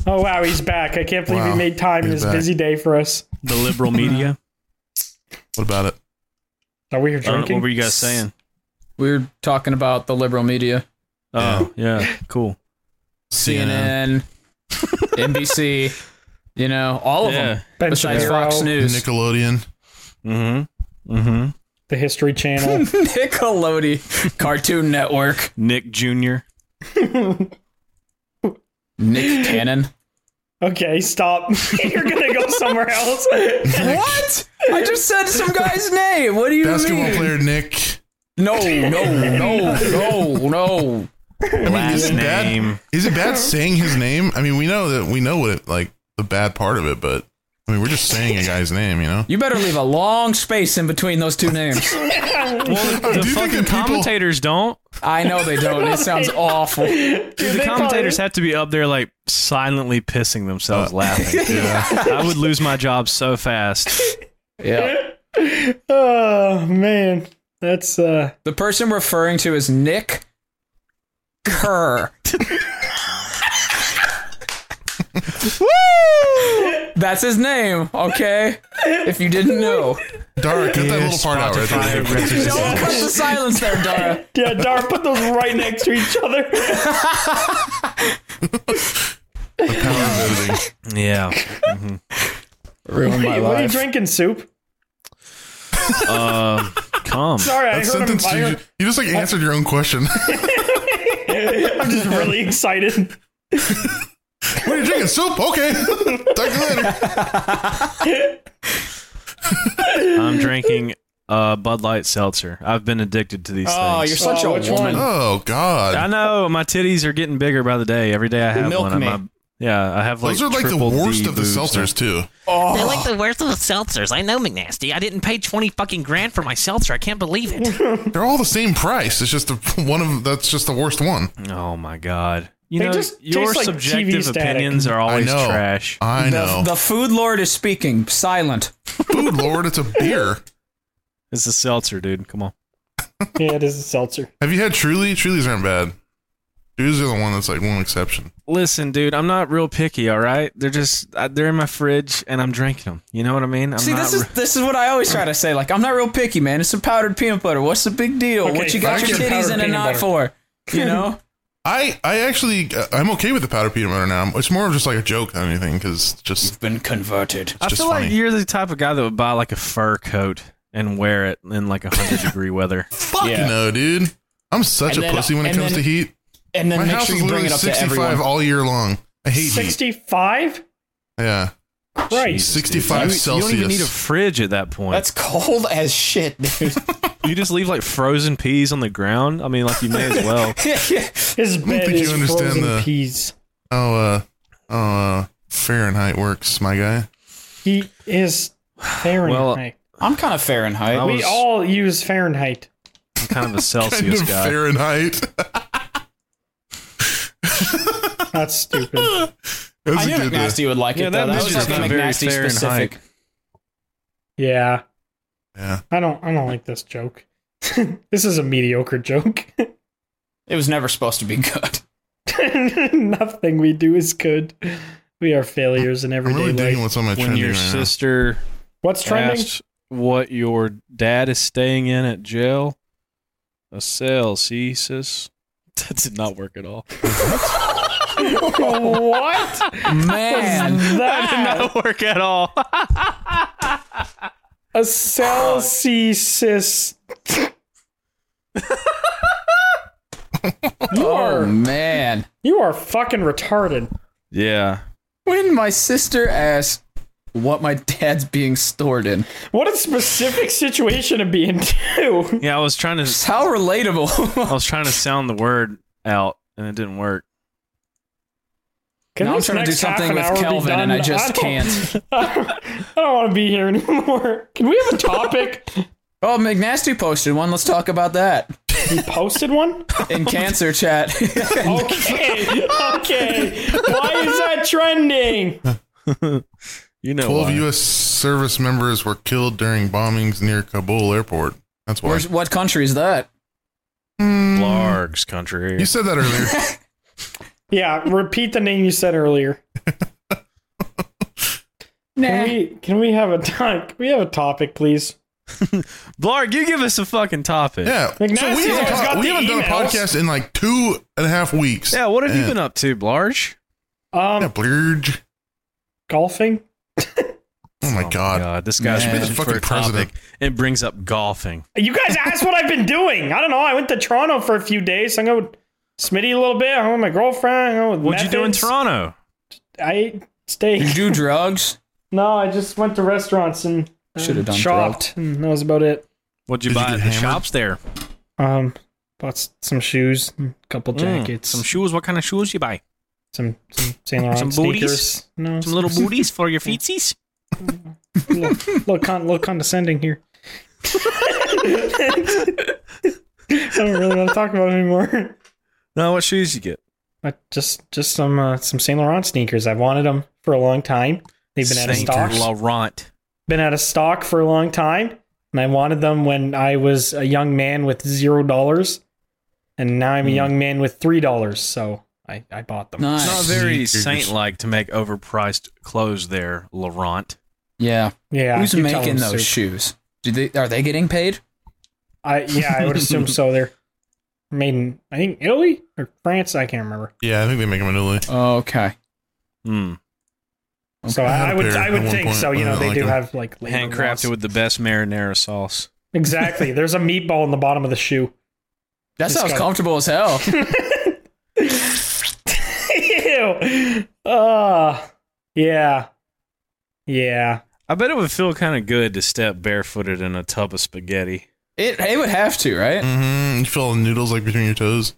oh wow, he's back! I can't believe
Wow,
he made time in
he's
his
back.
busy day for us.
The liberal media.
What about it?
Are we here
I don't know,
drinking?
Uh, what were you guys saying?
We were talking about the liberal media,
Oh, yeah, cool.
CNN, NBC, you know, all of
Yeah.
them. Besides Fox News,
Nickelodeon.
Mm-hmm. Mm-hmm.
the History Channel.
Nickelodeon, Cartoon Network,
Nick Jr.
Nick Cannon.
okay, stop. You're gonna go somewhere else.
What? I just said some guy's name. What do you
Basketball
mean?
player Nick.
No, no, no, no, no.
Last
isn't that-
name.
Is it bad saying his name? I mean, we know that we know what it, like the bad part of it, but I mean, we're just saying a guy's name, you know?
You better leave a long space in between those two names.
Well,
do
the
think that
fucking
people-
commentators don't.
I know they don't. and It sounds awful.
Dude, the commentators have to be up there like silently pissing themselves
Uh,
laughing. I would lose my job so fast.
Yeah.
Oh man, that's uh.
The person referring to is Nick Kerr. Woo! That's his name, okay? If you didn't know.
Dara, cut that little part out right there.
Don't cut the silence there, Dara.
Yeah, Dar, put those right next to each other.
The power of editing.
Yeah.
Ruined my
what are you
life.
drinking, soup?
Um, come.
Sorry, I
That
heard him
sentence, you,
fire. Oh.
you just like answered your own question.
I'm just really excited.
What are you drinking? Soup? Okay. Talk to you later.
I'm drinking uh, Bud Light seltzer. I've been addicted to these
Oh,
things.
you're such
Oh,
a
which
woman.
Oh,
I
God.
know my titties are getting bigger by the day. Every day I have
milk
one. I'm-
me.
I'm- yeah, I have like
Those are like the
triple D
worst of the
boobs now.
seltzers, too.
They're
Oh.
like the worst of the seltzers. I know, McNasty. I didn't pay 20 fucking grand for my seltzer. I can't believe it.
They're all the same price. It's just the one of that's just the worst one.
Oh my god! You
They
know
just taste
your
like TV
subjective
static.
opinions are always
I know.
trash.
I know.
The, the food lord is speaking. Silent.
Food Lord, it's a beer.
It's a seltzer, dude. Come on.
Yeah, it is a seltzer.
Have you had Truly? Truly's aren't bad. Truly's are the one that's like one exception.
Listen, dude, I'm not real picky. All right, they're just uh, they're in my fridge and I'm drinking them. You know what I mean? I'm
See,
not
this is
re-
this is what I always try to say. Like, I'm not real picky, man. It's some powdered peanut butter. What's the big deal?
Okay,
what you got
fuck
your
your
titties
powdered
in a
peanut
knot for? You know?
I I actually uh, I'm okay with the powdered peanut butter now. It's more of just like a joke than anything because just
You've been converted.
I
just
feel like
funny.
you're the type of guy that would buy like a fur coat and wear it in like a hundred degree weather.
fuck
Yeah.
no, dude. I'm such
And
a
then-
pussy when it
and
comes
then-
to heat.
And then
My
make
house
sure
is
you bring
literally
it up to
65
everyone.
all year long. I hate heat.
65?
Yeah,
Christ.
Jesus,
65
dude. You- You don't even
Celsius.
need a fridge at that point.
That's cold as shit, dude.
you just leave like frozen peas on the ground. I mean, like you may as well.
His
don't
bed
think
is
you understand
frozen
the-
peas.
how uh, how, uh, Fahrenheit works, my guy.
He is Fahrenheit.
I'm kind of Fahrenheit.
I
we
was-
all use Fahrenheit.
I'm kind of a
Kind
Celsius
of
guy.
Fahrenheit.
That's stupid.
That's
I
a
knew
good one.
McNasty would like
Yeah,
it.
that
though. That
is
was
just
like a
not very
McNasty
Fahrenheit.
specific.
Yeah.
Yeah.
I don't I don't like this joke. this is a mediocre joke.
It was never supposed to be good.
Nothing we do is good. We are failures in
I'm
everyday
really digging
life.
what's on my
When
trending
your
right
sister
What's trending?
asked what your dad is staying in at jail, a Celsius. That did not work at all.
what?
Man,
That
That-
did not work at all.
a Celsius. you
oh
are
man.
you are fucking retarded.
yeah.
When my sister asked what my dad's being stored in,
What a specific situation to be in too.
Yeah, I was trying to
it's how relatable.
I was trying to sound the word out and it didn't work.
Can
Now I'm
this
trying to do
next half
something
an
with
hour be
Kelvin and
done?
I just
don't-
can't.
I don't want to be here anymore. Can we have a topic?
oh, McNasty posted one. Let's talk about that
he posted one?
in cancer chat.
Oh. Okay, okay. Why is that trending?
You know,
now. 12
why.
U.S. service members were killed during bombings near Kabul airport. That's why.
Where's, what country is that?
Largs country.
Mm. You said that earlier.
Yeah, repeat the name you said earlier. Can we can we have a time? Can we have a topic, please?
Blarg, you give us a fucking topic.
Yeah.
Like,
so
Nancy
we haven't,
always
talked-
got
we
the
haven't done a
emails.
podcast in like two and a half weeks.
Yeah, what have you
Yeah.
been up to, Blarge?
Um,
Yeah, blurge.
golfing.
Oh my god.
this guy's
Man.
reaching
Be the
for a
fucking president.
topic and brings up golfing.
You guys asked what I've been doing. I don't know. I went to Toronto for a few days. Hung out with Smitty a little bit. Hung out with my girlfriend. Hung out with
What'd you do in
Methods.
Toronto?
I ate steak.
You do drugs?
No, I just went to restaurants and uh,
Should have done
shopped, and that was about it.
What'd you
Did you
buy
get
at the
hammered?
shops there?
Um, bought s- some shoes, and a couple jackets,
Mm, Some shoes. What kind of shoes you buy?
some some Saint Laurent
Some booties?
sneakers. No,
Some little booties for your feetsies?
look, look, con- look condescending here. I don't really want to talk about it anymore.
No, what shoes you get?
I just just some uh, some Saint Laurent sneakers. I've wanted them for a long time. They've been out of
Saint
stock.
Laurent.
been out of stock for a long time, and I wanted them when I was a young man with zero dollars, and now
Hmm.
I'm a young man with three dollars. So I, I bought them.
It's not
Nice.
very
Sneakers.
saint-like to make overpriced clothes there, Laurent.
Yeah.
Yeah,
Who's
you tell
making
them,
those
Soup.
shoes? Do they are they getting paid?
I yeah, I would assume so. They're made in I think Italy or France. I can't remember.
Yeah, I think they make them in Italy.
Okay.
Hmm.
So
I had
I,
a
I would
pair
I
at
would
one
think
point,
so.
but I
You know,
don't
they
like
do
them.
have like labor laws.
Handcrafted with the best marinara sauce.
exactly. There's a meatball in the bottom of the shoe.
That
Just
sounds
got-
comfortable as hell.
Ew. Uh, yeah, yeah.
I bet it would feel kind of good to step barefooted in a tub of spaghetti.
It it would have to, right?
hmm You feel the noodles like between your toes.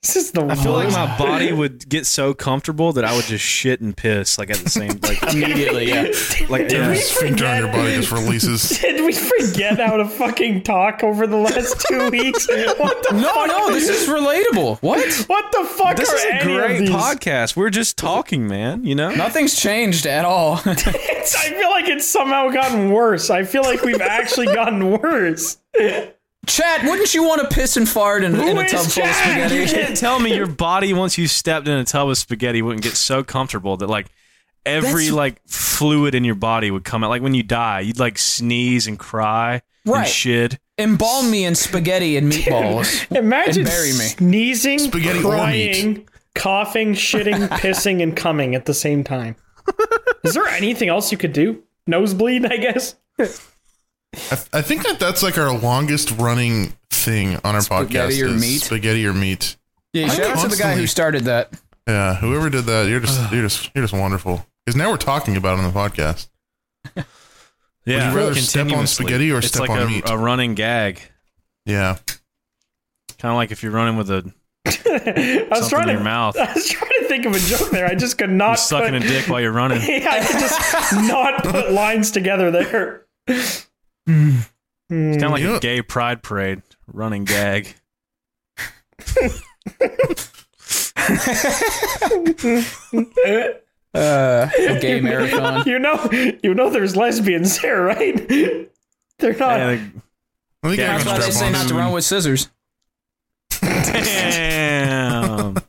This is the
I feel like
worst.
my body would get so comfortable that I would just shit and piss like at the same like
Immediately, yeah.
like
Your
every-
sphincter on your body just releases.
Did we forget how to fucking talk over the last two weeks? What the
No,
fuck?
no, this is relatable. What?
What the fuck
This
are
is a
any of
great
these?
podcast. We're just talking, man. You know,
Nothing's changed at all.
It's- I feel like it's somehow gotten worse. I feel like we've actually gotten worse.
Chat, wouldn't you want to piss and fart in, in a
is
tub full of
Chad?
you
spaghetti?
can't tell me your body once you stepped in a tub of spaghetti wouldn't get so comfortable that like every
That's-
like fluid in your body would come out. Like when you die, you'd like sneeze and cry
Right.
and shit.
embalm me in spaghetti and meatballs.
Imagine
And bury me.
sneezing,
Spaghetti or meat.
crying, coughing, shitting, pissing, and coming at the same time. Is there anything else you could do? Nosebleed, I guess.
I, I think that that's like our longest running thing on our
Spaghetti
podcast.
or
is
meat?
Spaghetti or meat.
yeah,
I'm
shout out to the guy
constantly-
who started that.
Yeah, whoever did that, you're just you're just you're just wonderful. Because now we're talking about it on the podcast.
Yeah,
Would you rather step on
continuously.
spaghetti or
it's
step
like
on
a,
meat?
a running gag,
Yeah,
kind of like if you're running with a
I was
Something in
trying to
your mouth.
I was trying to think of a joke there. I just could not
you're sucking a
put,
dick while you're running.
Yeah, I could just not put lines together there.
It's kind of like
You know-
a gay pride parade running gag.
Uh, a gay marathon.
You know, you know, there's lesbians there, right? They're not.
Yeah, like-
I think
Yeah,
I
That's
can
why they
strap
say
on
not to run with scissors.
damn.
uh,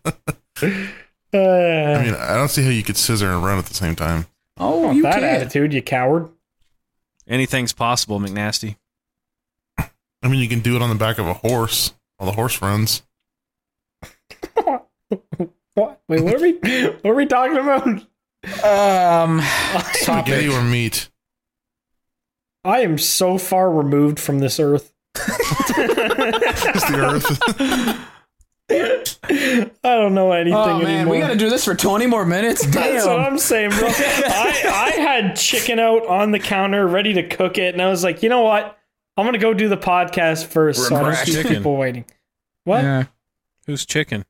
I mean, I don't see how you could scissor and run at the same time.
Oh,
that attitude, you coward.
Anything's possible, McNasty.
I mean, you can do it on the back of a horse. All the horse runs.
What? Wait, what are we? what are we talking about?
Um,
Spaghetti
topic.
or meat.
I am so far removed from this earth.
It's the earth.
I don't know anything
Oh man,
anymore.
we gotta do this for 20 more minutes.
That's what
Damn.
I'm saying, bro. I, I had chicken out on the counter, ready to cook it, and I was like, you know what? I'm gonna go do the podcast first. So I don't
Regret
keep
chicken.
people waiting. What?
Yeah.
Who's chicken?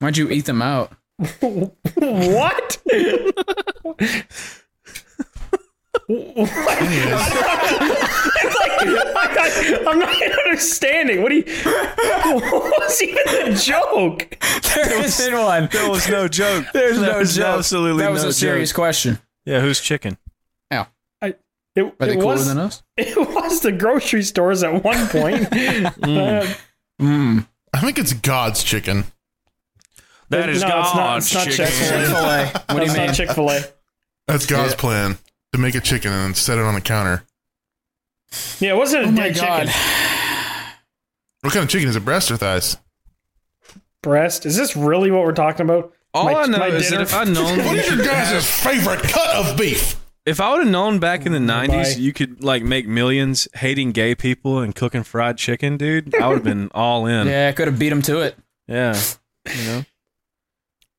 Why'd you eat them out?
what?
Anyways,
I, am not understanding. What do you? What was even the joke?
There isn't one.
There was no joke.
There's
There
no
was
joke.
Absolutely
That was
no
a serious
joke.
question.
Yeah, who's chicken?
It,
Are they
it
cooler
was
than us?
it was the grocery stores at one point. Uh,
Mm.
I think it's God's chicken.
That is
no, it's not.
God's
It's not
chicken.
Chick-fil-A.
Chick-fil-A. What do
That's
you mean?
not Chick-fil-A.
That's God's
Yeah.
plan to make a chicken and then set it on the counter.
Yeah, it wasn't a
Oh my
dead
god.
chicken.
What kind of chicken is it? Breast or thighs?
Breast. Is this really what we're talking about?
All
My-
I know
my
is
dinner-
that if I'd known,
your guys' favorite cut of beef?
if I would have known back in the '90s,
Bye.
you could like make millions hating gay people and cooking fried chicken, dude. I would have been all in. Yeah.
Yeah, I could have beat him to it.
You know,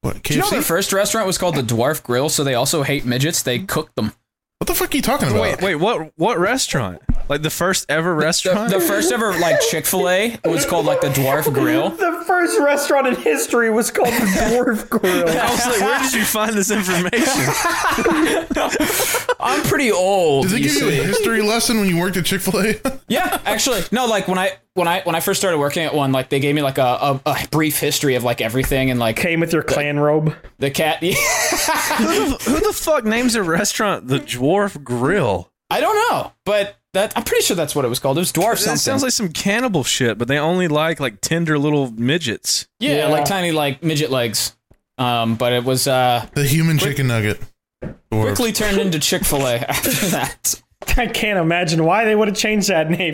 What, KFC?
Do you know their first restaurant was called the Dwarf Grill, so they also hate midgets. They cook them.
what the fuck are you talking about?
wait, wait, what? What restaurant? Like the first ever
The,
restaurant?
the first ever like Chick Fil A was called like the Dwarf Grill.
The first restaurant in history was called the Dwarf Grill.
I was like, where did you find this information?
I'm pretty old.
Did they
you
give you a
see.
history lesson when you worked at Chick Fil A?
Yeah, actually, no. Like when I when I when I first started working at one, like they gave me like a, a, a brief history of like everything and like
Came with your clan robe.
the cat.
Who the fuck names a restaurant the Dwarf Grill?
I don't know, but that I'm pretty sure that's what it was called. It was dwarf something.
That sounds like some cannibal shit, but they only like like tender little midgets.
yeah,
Yeah.
like tiny like midget legs. Um, but it was uh
The human chicken nugget. Or-
quickly turned into Chick Fil A after that.
I can't imagine why they would have changed that name.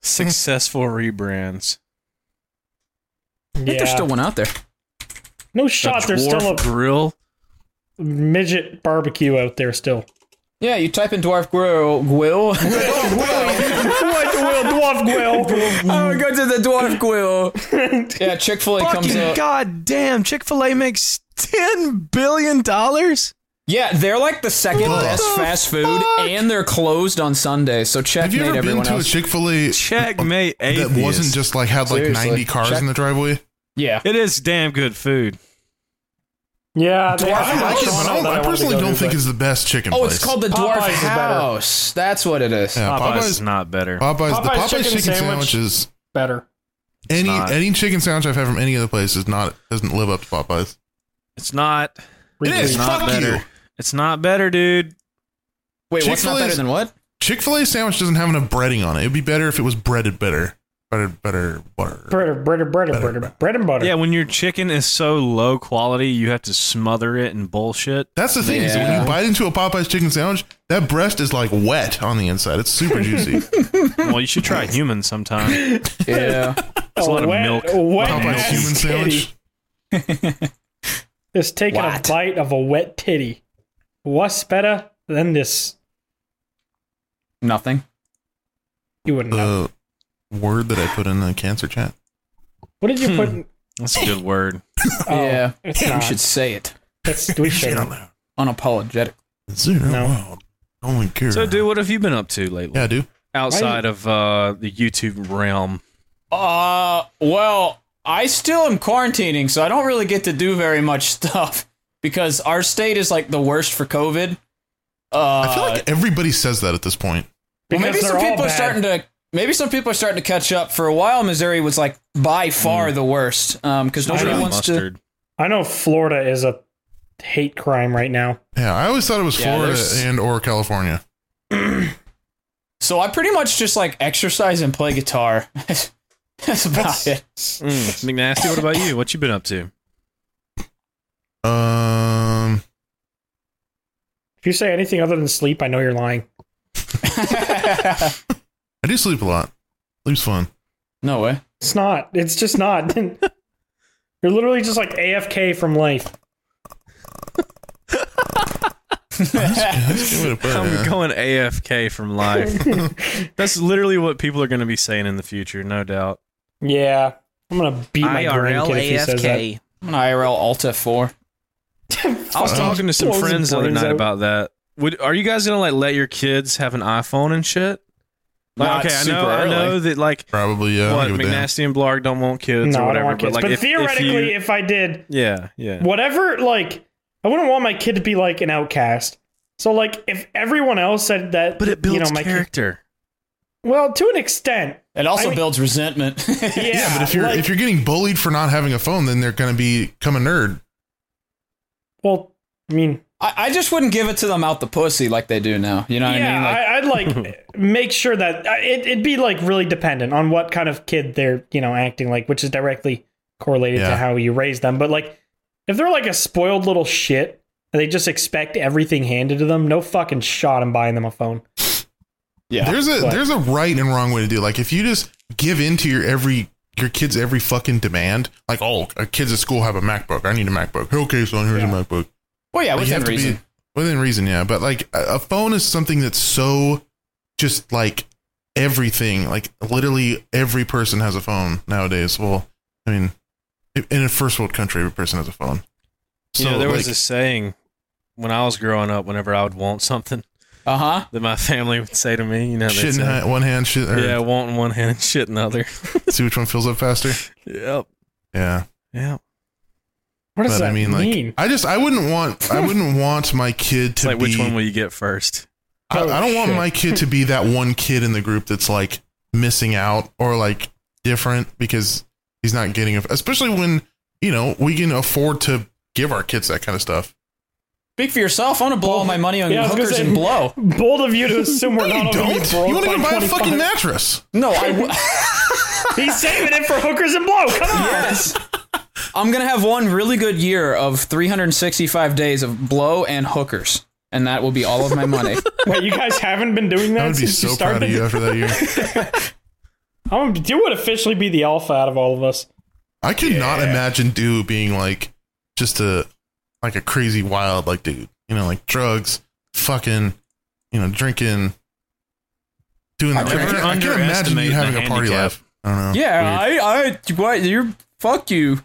Successful rebrands.
I think
Yeah.
there's still one out there.
no shot.
the
There's still a
Dwarf Grill.
midget barbecue out there still.
Yeah, you type in dwarf grill. Grill.
what the will dwarf grill?
oh, go to the dwarf grill. yeah, Chick Fil A comes
Fucking
up.
goddamn! Chick Fil A makes ten billion dollars.
Yeah, they're like the second
What
best
the
fast food,
fuck?
and they're closed on Sundays. So
Have you
checkmate
ever been
everyone
to
else.
a Chick Fil A
Checkmate
that
atheist.
wasn't just like had like
Seriously.
ninety cars
Check-
in the driveway?
yeah,
It is damn good food.
Yeah, they
Dwarf
have
I like
I
it,
actually
restaurants
but I,
that
don't- I
wanted to
personally
go
don't
to,
think
but-
it's the best chicken.
Oh,
place.
it's called the Dwarf
Popeyes is better.
House. That's what it is.
yeah,
Popeyes,
Popeyes.
is not better.
Popeyes, the
Popeyes
Popeyes
chicken
chicken,
sandwich-
sandwich is
better.
any
not.
any chicken sandwich I've had from any other place is not doesn't live up to Popeyes.
It's not.
It is.
It's not
Fuck
better.
you.
It's not better, dude.
Wait, what's not
Chick-fil-A's
better than what?
Chick Fil A sandwich doesn't have enough breading on it. It'd be better if it was breaded better. Butter, butter, butter.
Bread, bread, bread, bread, bread and butter.
Yeah, when your chicken is so low quality, you have to smother it in bullshit.
That's the thing is that when you bite into a Popeye's chicken sandwich, that breast is like wet on the inside. It's super juicy.
Well, you should try human sometime.
Yeah.
It's a lot of
wet,
milk.
Wet
Popeye's
ass
human
titty.
sandwich.
Just taking
What?
a bite of a wet titty. What's better than this?
Nothing.
You wouldn't know.
The word that I put in the cancer chat.
What did you put? in-
That's a good word.
Oh,
yeah.
it's
we
not.
should say it
That's, we should.
unapologetic.
Zero
No.
no. Only care.
So, dude, what have you been up to lately?
Yeah, I do.
Outside of uh, the YouTube realm.
Uh, well, I still am quarantining, so I don't really get to do very much stuff because our state is like the worst for COVID. Uh,
I feel like everybody says that at this point.
well, maybe
Because
some
they're all
people are
bad.
starting to maybe some people are starting to catch up. For a while, Missouri was like by far the worst because nobody
Dry
wants
Hmm. mustard.
I know Florida is a hate crime right now.
Yeah, I always thought it was
Yeah,
Florida
there's-
and or California.
to. So I pretty much just like exercise and play guitar. That's about it.
Mm. McNasty, what about you? What you been up to?
Um,
If you say anything other than sleep, I know you're lying.
I do sleep a lot. Sleep's fun.
No way.
It's not. It's just not. you're literally just like AFK from life.
That's a good way to put it,
I'm
yeah.
going AFK from life. That's literally what people are going to be saying in the future, no doubt.
Yeah. I'm gonna beat my
IRL
grandkid if he says that.
AFK.
I'm an IRL Alta four.
I was talking to some
blows his
friends the other
brains
night
out.
about that. Would are you guys gonna like let your kids have an iPhone and shit? Like,
Not
okay, I
super
know, I
early.
know that like
Probably yeah. I
what
don't give a damn.
McNasty and Blarg don't want kids
No,
or
I don't
whatever,
want kids.
but like
but
if, if you-
theoretically, if I did,
yeah, yeah,
whatever like i wouldn't want my kid to be like an outcast so like if everyone else said that
but it builds
you know my kid,
character.
well to an extent
It also
I mean-
builds resentment.
yeah,
Yeah, but if you're
like-
if you're getting bullied for not having a phone, then they're gonna become a nerd.
well i mean
I, I just wouldn't give it to them out the pussy like they do now. You know what I mean? Like,
yeah I I, would like make sure that I- it, it'd be like really dependent on what kind of kid they're you know acting like which is directly correlated
Yeah.
to how you raise them but like if they're like a spoiled little shit and they just expect everything handed to them no fucking shot i'm buying them a phone
yeah.
there's a
but-
there's a right and wrong way to do. it. Like if you just give in to your every your kids every fucking demand, like oh, uh, kids at school have a MacBook. I need a MacBook. Okay, son, here's
Yeah.
a MacBook.
well, yeah,
Like, you
within
have to be-
reason.
within reason, yeah. But like a, a phone is something that's so just like everything. Like literally every person has a phone nowadays. Well, I mean, i- in a first world country, every person has a phone.
you know, there was
like-
a saying when I was growing up. Whenever I would want something
Uh huh.
that my family would say to me, you know, they'd
shit in
say,
ha- one hand, shit. Or
yeah, want in one hand and shit in the other.
See which one fills up faster.
yep,
Yeah.
yep.
what does
but
that
I mean, like, I just, I wouldn't want, I wouldn't want my kid
It's
to
like
be.
which one will you get first?
I, I don't want
shit.
my kid to be that one kid in the group that's like missing out or like different because he's not getting it. Especially when you know we can afford to give our kids that kind of stuff.
Speak for yourself. I'm gonna blow all my money on
Yeah, I was gonna
hookers
say-
and blow.
bold of you to assume we're not
you
all gonna be
don't.
broke
You won't
by
even buy a
25.
fucking mattress.
No, I. W-
He's saving it for hookers and blow. Come on.
yes. I'm gonna have one really good year of 365 days of blow and hookers, and that will be all of my money.
Wait, you guys haven't been doing that
I would be
since you
so
started.
proud of you after that year.
I'm gonna- you would officially be the alpha out of all of us.
I could not imagine dude being like just a like a crazy wild like dude. You know, like drugs, fucking, you know, drinking, doing
I
that.
drink-
I, can't, I can't imagine you
underestimate
having
the
a party
handicap.
life. I don't know.
yeah, I, I, what, you're, fuck you.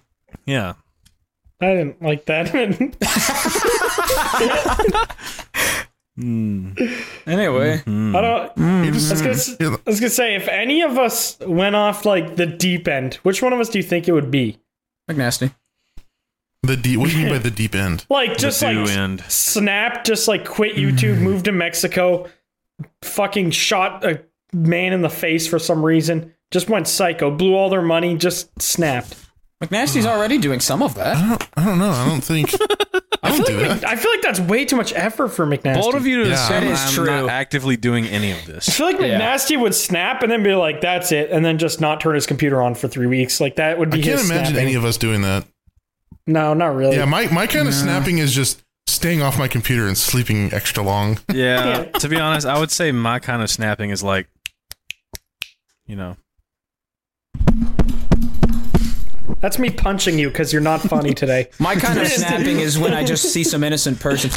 Yeah,
I didn't like that.
Anyway,
I don't.
You just-
I was, gonna, s- I was gonna say, if any of us went off like the deep end, which one of us do you think it would be?
McNasty.
The deep. What do you mean by the deep end?
Like just
do
like
end.
snap, just like quit YouTube, move to Mexico, fucking shot a man in the face for some reason, just went psycho, blew all their money, just snapped.
McNasty's already doing some of that.
I don't. I don't know. I don't think.
I
I
I
don't do
feel, like,
that.
Mc- I feel like that's way too much effort for McNasty.
Both of you to
Yeah.
That
assume
is
I'm
true.
not actively doing any of
I
this.
feel like
Yeah.
McNasty would snap and then be like, "That's it," and then just not turn his computer on for three weeks. Like that would
I
be.
can't
his
imagine
snapping.
any of us doing that.
No, not really.
Yeah, my, my kind of snapping is just staying off my computer and sleeping extra long.
Yeah. to be honest, I would say my kind of snapping is like, you know,
That's me punching you because you're not funny today.
My kind of snapping is when I just see some innocent person.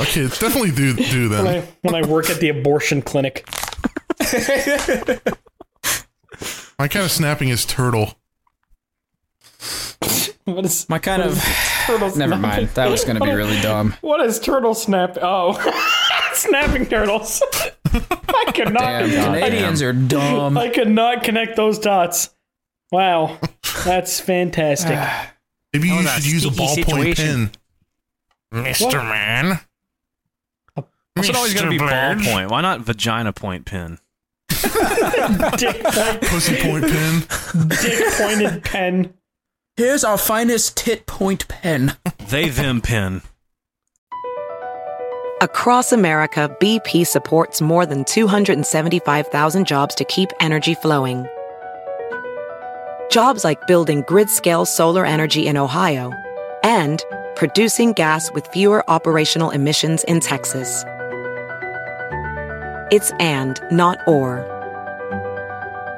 Okay, it's definitely do do
when, I,
then.
when I work at the abortion clinic.
My kind of snapping is turtle.
What is
My kind of.
turtle?
Never mind. That was going to be really dumb.
What is turtle snap? Oh, snapping turtles. I could not.
Damn, Canadians are dumb.
I could not connect those dots. Wow, that's fantastic.
Maybe
Oh,
you
that
should use a
sticky
ballpoint
situation.
pen. Mr. Man.
it's always going to be
Bird.
ballpoint. Why not vagina point pen?
dick, point,
Pussy point pen.
dick pointed pen.
Here's our finest tit point pen.
They them pen.
Across America, BP supports more than 275,000 jobs to keep energy flowing. Jobs like building grid scale solar energy in Ohio and producing gas with fewer operational emissions in Texas. It's and, not or.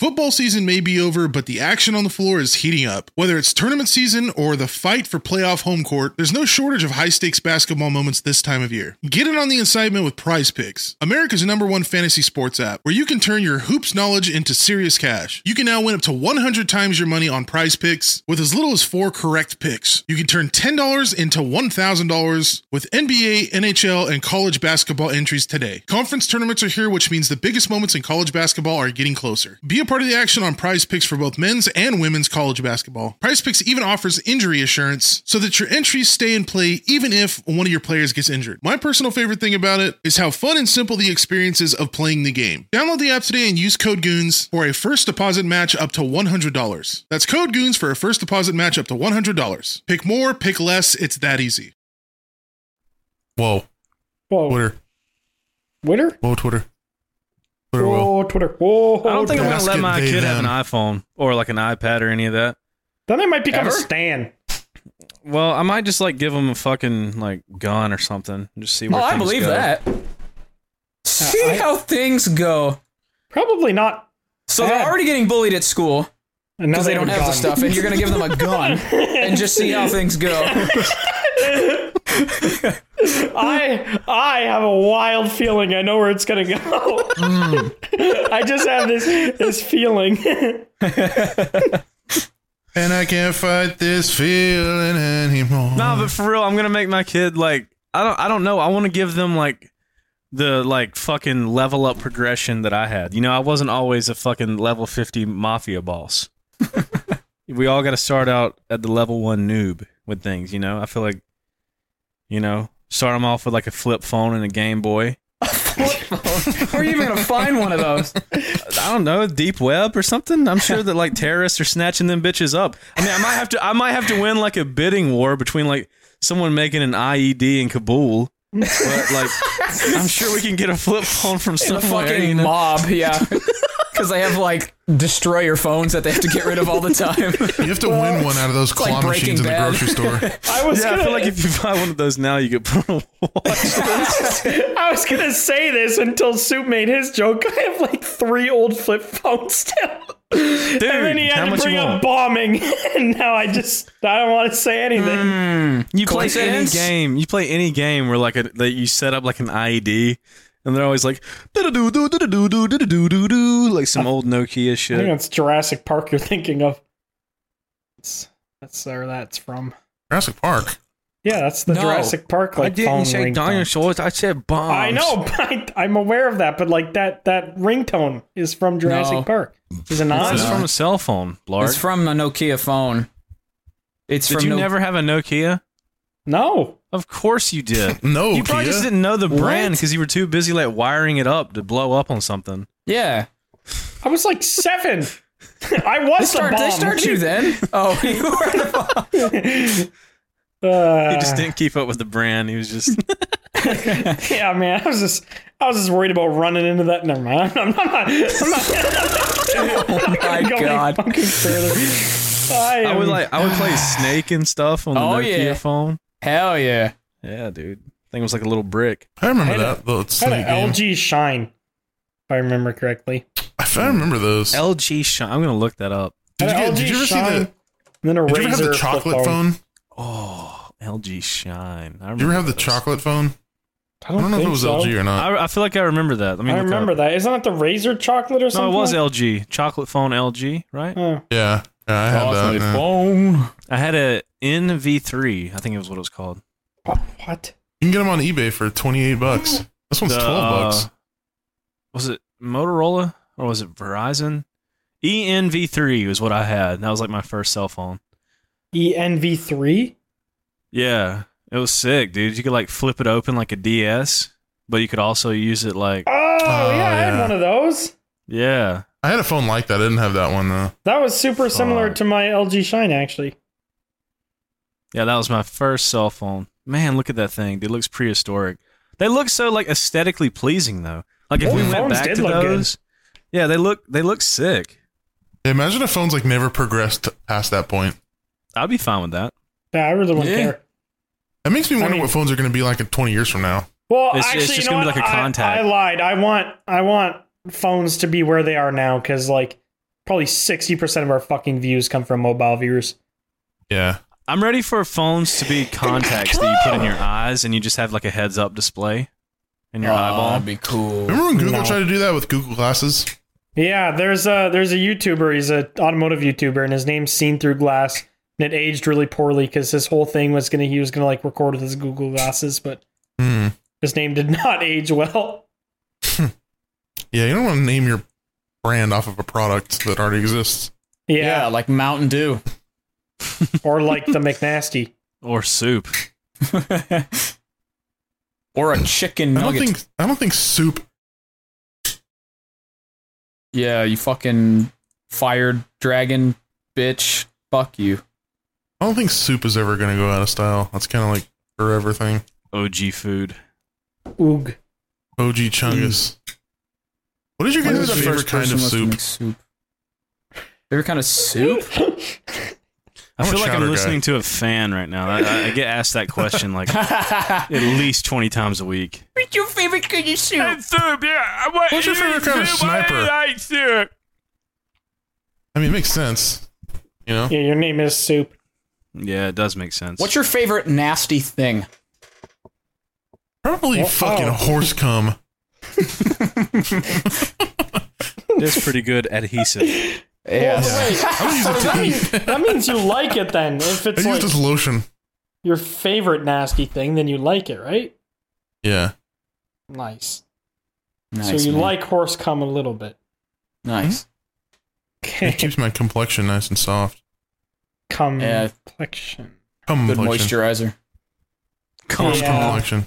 Football season may be over, but the action on the floor is heating up. Whether it's tournament season or the fight for playoff home court, there's no shortage of high stakes basketball moments this time of year. Get in on the incitement with Prize Picks, America's number one fantasy sports app, where you can turn your hoops knowledge into serious cash. You can now win up to 100 times your money on Prize Picks with as little as four correct picks. You can turn $10 into $1,000 with NBA, NHL, and college basketball entries today. Conference tournaments are here, which means the biggest moments in college basketball are getting closer. Be a part of the action on prize picks for both men's and women's college basketball. Prize picks even offers injury assurance so that your entries stay in play even if one of your players gets injured. My personal favorite thing about it is how fun and simple the experience is of playing the game. Download the app today and use code GOONS for a first deposit match up to $100. That's code GOONS for a first deposit match up to $100. Pick more, pick less, it's that easy.
Whoa,
Whoa,
Twitter.
Twitter?
Whoa, Twitter. Twitter will.
Whoa, Twitter. Whoa,
I don't think I'm
Twitter.
going to let my
Basket, they,
kid have an
them.
iPhone or like an iPad or any of that.
Then I might become
Ever?
a stan.
Well, I might just like give him a fucking like gun or something. and Just see where
Well, I
things
believe
go.
that. See how things go.
Probably not.
So they're
Bad.
already getting bullied at school
And now
because they don't have the
gun.
stuff, and you're gonna give them a gun and just see how things go.
I I have a wild feeling. I know where it's gonna go. I just have this this feeling.
And I can't fight this feeling anymore.
No, but for real, I'm gonna make my kid like I don't I don't know. I want to give them like the like fucking level up progression that I had. You know, I wasn't always a fucking level fifty mafia boss. we all got to start out at the level one noob with things. You know, I feel like you know start them off with like a flip phone and a Game Boy.
Where are you even gonna find one of those?
I don't know, deep web or something. I'm sure that like terrorists are snatching them bitches up. I mean, I might have to, I might have to win like a bidding war between like someone making an IED in Kabul. But like, I'm sure we can get a flip phone from
The
somewhere.
fucking
you know?
mob, yeah. Because they have like destroyer phones that they have to get rid of all the time.
you have to win one out of those
like
claw machines
Breaking
in the
Bad.
grocery store.
I was
Yeah, I
gonna
feel like if you buy one of those now, you get put on a watch.
I was gonna say this until Soup made his joke. I have like three old flip phones still. Dude, and then he
how
had to
much you
bring up
want?
bombing, and now I just I don't want to say anything.
Hmm.
Hmm. You play any
Coincidence?
game. You play any game where like a, that you set up like an IED, and they're always like do do do do do do do do do do like some old Nokia
I think
shit.
that's Jurassic Park you're thinking of. That's, that's where that's from.
Jurassic Park.
Yeah, that's the
No,
Jurassic Park like phone ringtone.
I said bombs.
I know, but I, I'm aware of that. But like that that ringtone is from Jurassic
No.
Park. Is it
It's
not?
from a cell phone, Blart.
It's from a Nokia phone. It's
Did
from
you
no-
never have a Nokia?
No.
Of course you did.
No,
you probably
Kia.
just didn't know the brand
What?
because you were too busy like wiring it up to blow up on something.
Yeah.
I was like seven. I was
They start,
the bomb.
they start you then. Oh, you were the bomb.
Uh,
He
Ah.
just didn't keep up with the brand. He was just
Yeah, man. I was just, I was just worried about running into that. Never mind. I'm not. I'm not. I'm not
Oh my
gonna go any
God.
fucking further. I,
I would
am-
like I would play
Ah.
Snake and stuff on the
Oh,
Nokia
yeah.
phone.
Hell yeah.
Yeah, dude. I think it was like a little brick.
I remember
Had a-
that. Though,
I had
Snake game.
an LG Shine, if I remember correctly.
I, I remember those.
LG shine. I'm gonna look that up.
did, you
Had
get,
an
did you ever
LG
see the?
Shine, and then a
Did you ever have
Razer
the
flip
chocolate phone?
Oh, LG shine. I
Did you ever have the
those.
chocolate phone?
I
I
don't,
don't know if
think
it was
so.
LG or not.
I, I feel like I remember that. Let me
I
look it
remember
up.
that. Isn't that the Razor chocolate or
No,
something?
it was
like-
LG chocolate phone LG, right?
Oh.
yeah, yeah, I had that. yeah.
phone.
I had a NV3. I think it was what it was called.
What? what?
You can get them on eBay for twenty-eight bucks. This one's
The,
twelve bucks.
uh, was it Motorola or was it Verizon? E ENV3 was what I had. That was like my first cell phone.
E ENV3?
Yeah, it was sick, dude. You could like flip it open like a DS, but you could also use it like
Oh, yeah, I had
yeah.
one of those.
yeah.
I had a phone like that. I didn't have that one though.
That was super similar
Fuck.
to my LG Shine, actually.
Yeah, that was my first cell phone. Man, look at that thing. Dude, it looks prehistoric. They look so like aesthetically pleasing though. Like if
Old
we went
phones
back
did
to
look good.
those, yeah, they look they look sick.
Yeah, imagine if phones like never progressed past that point.
I'd be fine with that.
Yeah, I really don't
Yeah.
care.
That makes me wonder
mean-
what phones are going to be like in twenty years from now.
Well,
It's- it's
actually,
just
you know
gonna be
what?
like a
I-
contact.
I, lied. I want, I want phones to be where they are now because, like, probably sixty percent of our fucking views come from mobile viewers.
Yeah,
I'm ready for phones to be contacts that you put in your eyes and you just have like a heads up display in your
Oh,
eyeball.
that'd be cool.
remember when Google
No.
tried to do that with Google Glasses?
Yeah, there's a there's a YouTuber. He's an automotive YouTuber, and his name's Seen Through Glass. And it aged really poorly because his whole thing was gonna he was gonna like record with his Google glasses, but
Hmm.
his name did not age well.
Yeah, you don't want to name your brand off of a product that already exists.
Yeah,
Yeah,
like Mountain Dew.
or like the McNasty.
Or soup.
or a chicken
I don't
nugget.
think I don't think soup.
yeah, you fucking fired dragon bitch. Fuck you.
I don't think soup is ever going to go out of style. That's kind of like forever thing.
OG food.
Oog.
OG Chungus. What is your
Wonder
guys'
who the
favorite
first
kind
person
of
was to
soup?
make soup. Favorite kind of soup?
I
I'm a
feel like I'm
chowder guy.
listening to a fan right now. I, I- I get asked that question like at least 20 times a week.
What's your favorite kind of soup?
soup, yeah. What,
What's your favorite kind of sniper?
like soup.
I mean, it makes sense. You know,
Yeah, your name is Soup.
Yeah, it does make sense.
What's your favorite nasty thing?
probably
Oh,
fucking
oh.
horse cum.
That's pretty good adhesive.
I don't use it to eat.
That means you like it then. If
I
it's
use
like
it as lotion.
your favorite nasty thing, then you like it, right?
Yeah.
Nice.
Nice.
so you
man.
like horse cum a little bit.
nice.
It
Okay.
keeps my complexion nice and soft.
Cum
Yeah.
complexion.
Good
Complexion.
moisturizer.
Horse
Yeah.
complexion.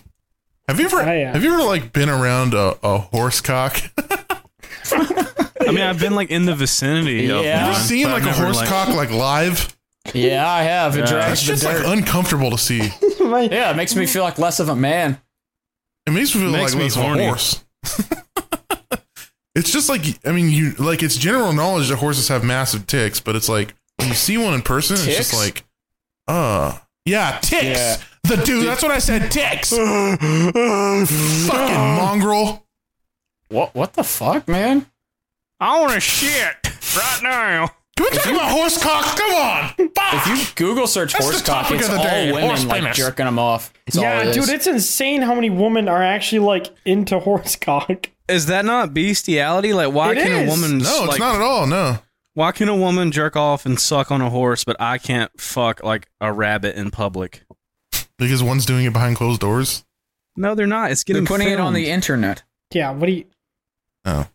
Have you ever
I, uh,
have you ever like been around a, a horse cock?
I mean, I've been like in the vicinity. Of
Yeah.
Have
one,
you ever seen
but
like
I've
a
never,
horse
like-
cock like live?
Yeah, I have. It
Yeah.
drags
That's
the
just like
dirt.
uncomfortable to see. It
My-
yeah, it makes me feel like less of a man.
makes me feel
Makes
like
me
me a
horny.
horse. it's just like I mean you like it's general knowledge that horses have massive ticks, but it's like when you see one in person, it's
Ticks?
just like uh yeah, ticks.
Yeah.
The dude, that's what I said, ticks. Fucking mongrel.
What? What the fuck, man?
I want to shit right now.
Can we talk about horse cock? Come on.
If you Google search
That's
horse
the
cock,
topic
it's
of the
all
day, horse
women like
penis.
jerking them off. It's all
yeah,
it is.
dude, it's insane how many women are actually like into horse cock.
Is that not bestiality? Like, why
It
can
is.
a woman?
No, it's
like,
not at all. No.
Why can a woman jerk off and suck on a horse, but I can't fuck like a rabbit in public?
Because one's doing it behind closed doors.
No, they're not. It's
They're
getting
putting it on
filmed.
the internet.
Yeah, what do you?
Oh.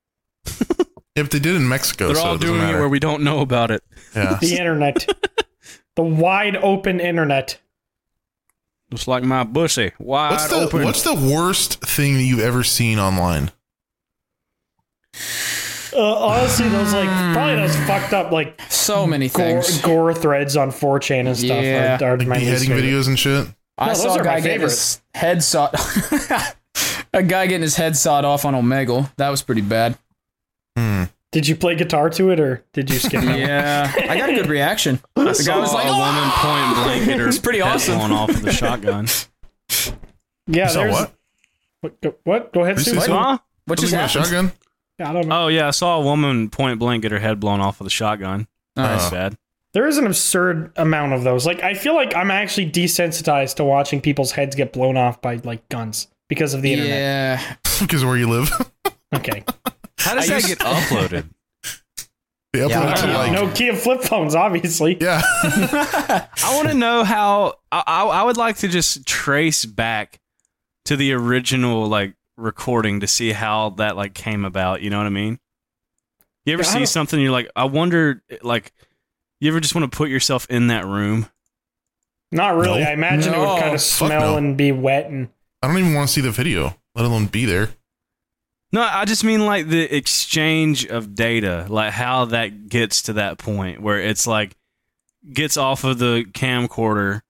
if they did in Mexico,
They're
so
all
it doesn't
doing it
matter.
where we don't know about it.
yeah.
The internet, the wide open internet.
Looks like my bushy. Wide
What's the
open.
What's the worst thing that you've ever seen online?
Uh, honestly, those like probably those fucked up like
so many
gore,
things.
gore threads on 4chan and stuff
Yeah.
are, are my least
Beheading
favorite.
videos and shit.
I
No,
saw
those
a
are
guy
my
getting his head sawed. a guy getting his head sawed off on Omegle. That was pretty bad.
Hmm.
Did you play guitar to it or did you skip it?
Yeah.
I got a good reaction.
I
The
saw
guy was like,
a
"Oh!"
woman point blank at her
It's pretty
head
awesome.
blown off with a shotgun.
Yeah,
So
there's
what?
What? Go, what? Go ahead,
You
Sue.
see some-
Huh?
What just
something with a
happened?
Shotgun.
I don't know.
Oh yeah, I saw a woman point blank get her head blown off with a shotgun. That's
Uh,
bad.
There is an absurd amount of those. Like, I feel like I'm actually desensitized to watching people's heads get blown off by like guns because of the internet.
Yeah.
Because of where you live,
Okay.
How does
I
that
used-
get uploaded?
they upload
I
it to
don't
like
no key of flip phones, obviously.
yeah.
I want to know how. I, I I would like to just trace back to the original like recording to see how that like came about. You know what I mean? You ever
Yeah, I
see
don't-
something you're like, I wonder, like, you ever just want to put yourself in that room?
Not really.
No.
I imagine it
No.
would kind of
Fuck
smell
no.
and be wet and
I don't even want to see the video, let alone be there.
No, I just mean like the exchange of data, like how that gets to that point where it's like gets off of the camcorder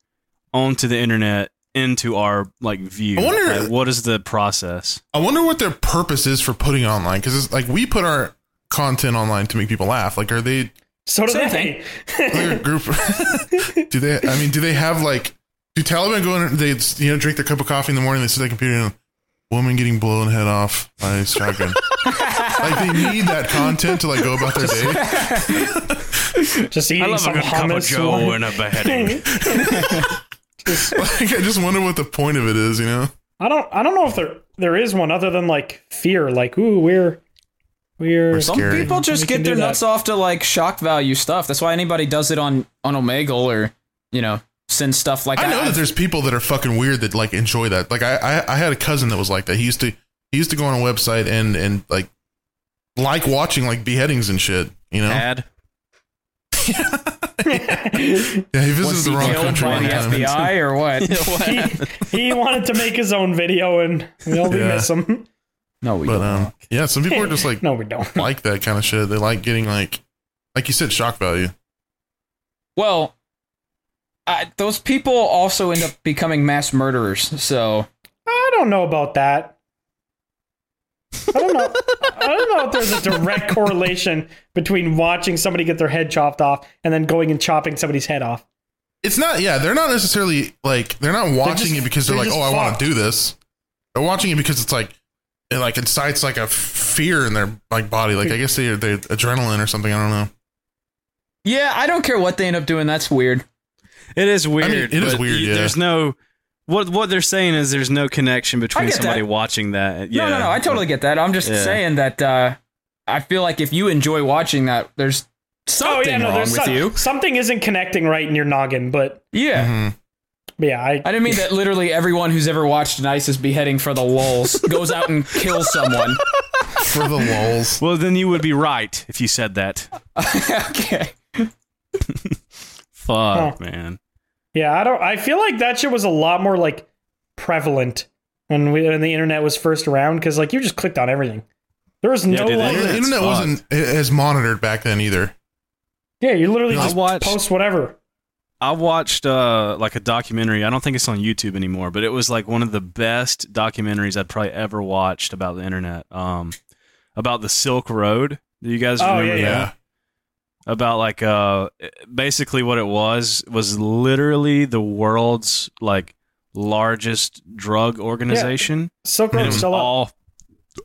onto the internet into our like view.
I wonder-
Like, what is the process?
I wonder what their purpose is for putting it online because it's like we put our content online to make people laugh. Like, are they
so do
Same
they.
like a group? do they? I mean, do they have like? Do Taliban go in? They you know drink their cup of coffee in the morning. They sit at the computer and woman getting blown head off by a shotgun. like they need that content to like go about their day.
Just eating some hummus. one.
a beheading.
Like I just wonder what the point of it is. You know,
I don't. I don't know if there there is one other than like fear. Like, ooh, we're we're.
Some
Some
Scary.
people
We
just
can
get their
do that.
nuts off to like shock value stuff. That's why anybody does it on on Omegle or you know sends stuff like
I know
that.
that there's people that are fucking weird that like enjoy that. Like I, I, I had a cousin that was like that. He used to he used to go on a website and and like like watching like beheadings and shit. You know, yeah,
Ad.
he visits
was
the
he
wrong
killed
country
by
one
the
time.
FBI or what?
he, he wanted to make his own video, and we'll we
Yeah.
miss him.
no, we
But
don't.
um, yeah, some people are just like
No, we don't.
like that kind of shit. They like getting like like you said shock value.
Well, I, those people also end up becoming mass murderers. So
I don't know about that. I don't know. I don't know if there's a direct correlation between watching somebody get their head chopped off and then going and chopping somebody's head off.
It's not yeah, they're not necessarily like they're not watching
just-
it because they're,
they're
like,
just
oh, I want
fucked.
to do this. They're watching it because it's like it like incites like a fear in their like body. Like I guess they they adrenaline or something. I don't know.
yeah, I don't care what they end up doing. That's weird.
It is
it
weird.
is
but
weird,
you-
yeah.
There's no what what they're saying is there's no connection between
get
somebody
that.
watching that. Yeah.
No, no, no. I totally get that. I'm just
Yeah.
saying that uh, I feel like if you enjoy watching that, there's something wrong with
Oh, there's some-
Mm-hmm.
you.
something isn't connecting right in your noggin, but,
Yeah.
Mhm.
but yeah, I,
I didn't mean that literally everyone who's ever watched an ISIS beheading for the lulz goes out and kills someone.
For the lulz.
Well, then you would be right if you said that.
okay.
Fuck,
Huh.
man.
yeah, I don't. I feel like that shit was a lot more like prevalent when we when the internet was first around because like you just clicked on everything. There was no
dude, the
like,
Well, the
Internet's
internet wasn't a- as monitored back then either.
yeah, you literally
I
just
watched-
post whatever.
I watched uh, like a documentary. I don't think it's on YouTube anymore, but it was like one of the best documentaries I'd probably ever watched about the internet. Um, about the Silk Road. Do you guys
Oh,
remember
yeah,
that?
yeah.
About like uh, basically what it was was literally the world's like largest drug organization,
Silk
and it
Hmm.
Road's
was
still up.
all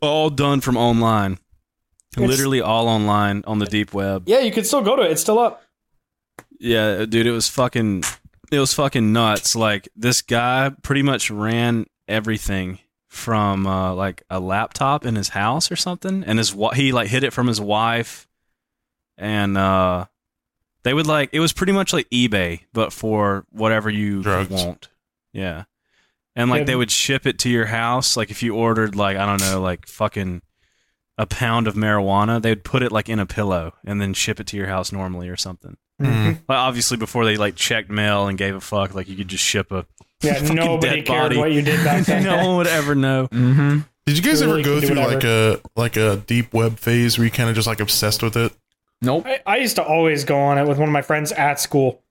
all done from online.
It's-
literally all online on the deep web.
Yeah, you could still go to it. It's still up.
Yeah, dude, it was fucking it was fucking nuts. Like this guy pretty much ran everything from uh, like a laptop in his house or something, and his wa- he like hid it from his wife, and uh, they would like it was pretty much like eBay but for whatever you
Drugs.
want. Yeah, and like
Yeah.
they would ship it to your house. Like if you ordered like I don't know like fucking a pound of marijuana, they'd put it like in a pillow and then ship it to your house normally or something.
Hmm.
Mhm.
Mm-hmm.
Like obviously before they like checked mail and gave a fuck, like you could just ship a
Yeah,
Fucking
nobody
dead
cared
body.
what you did back then.
no one would ever know.
Mm-hmm.
Did you guys
You really
ever go
can do
through like a like a deep web phase where you kind of just like obsessed with it?
Nope.
I, I used to always go on it with one of my friends at school.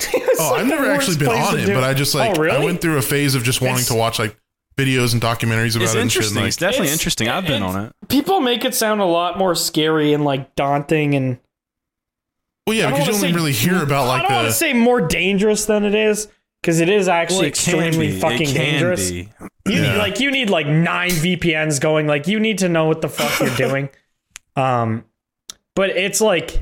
It's
Oh,
like
I've
the
never actually
worst
been
place
on
to
it,
do
but I just like
Oh, really?
I went through a phase of just wanting
It's-
to watch like videos and documentaries about
It's
it. And shit, and,
interesting.
like,
It's definitely
It's-
interesting. I've been on it.
People make it sound a lot more scary and like daunting and
well, yeah,
I don't
because you
wanna
only
say-
really hear about
I
like
don't want to
the
say more dangerous than it is because it is actually
Well, it can
extremely
be. It
fucking
can
dangerous.
be.
You
Yeah.
need like you need like nine VPNs going. Like you need to know what the fuck you're doing. Um, but it's like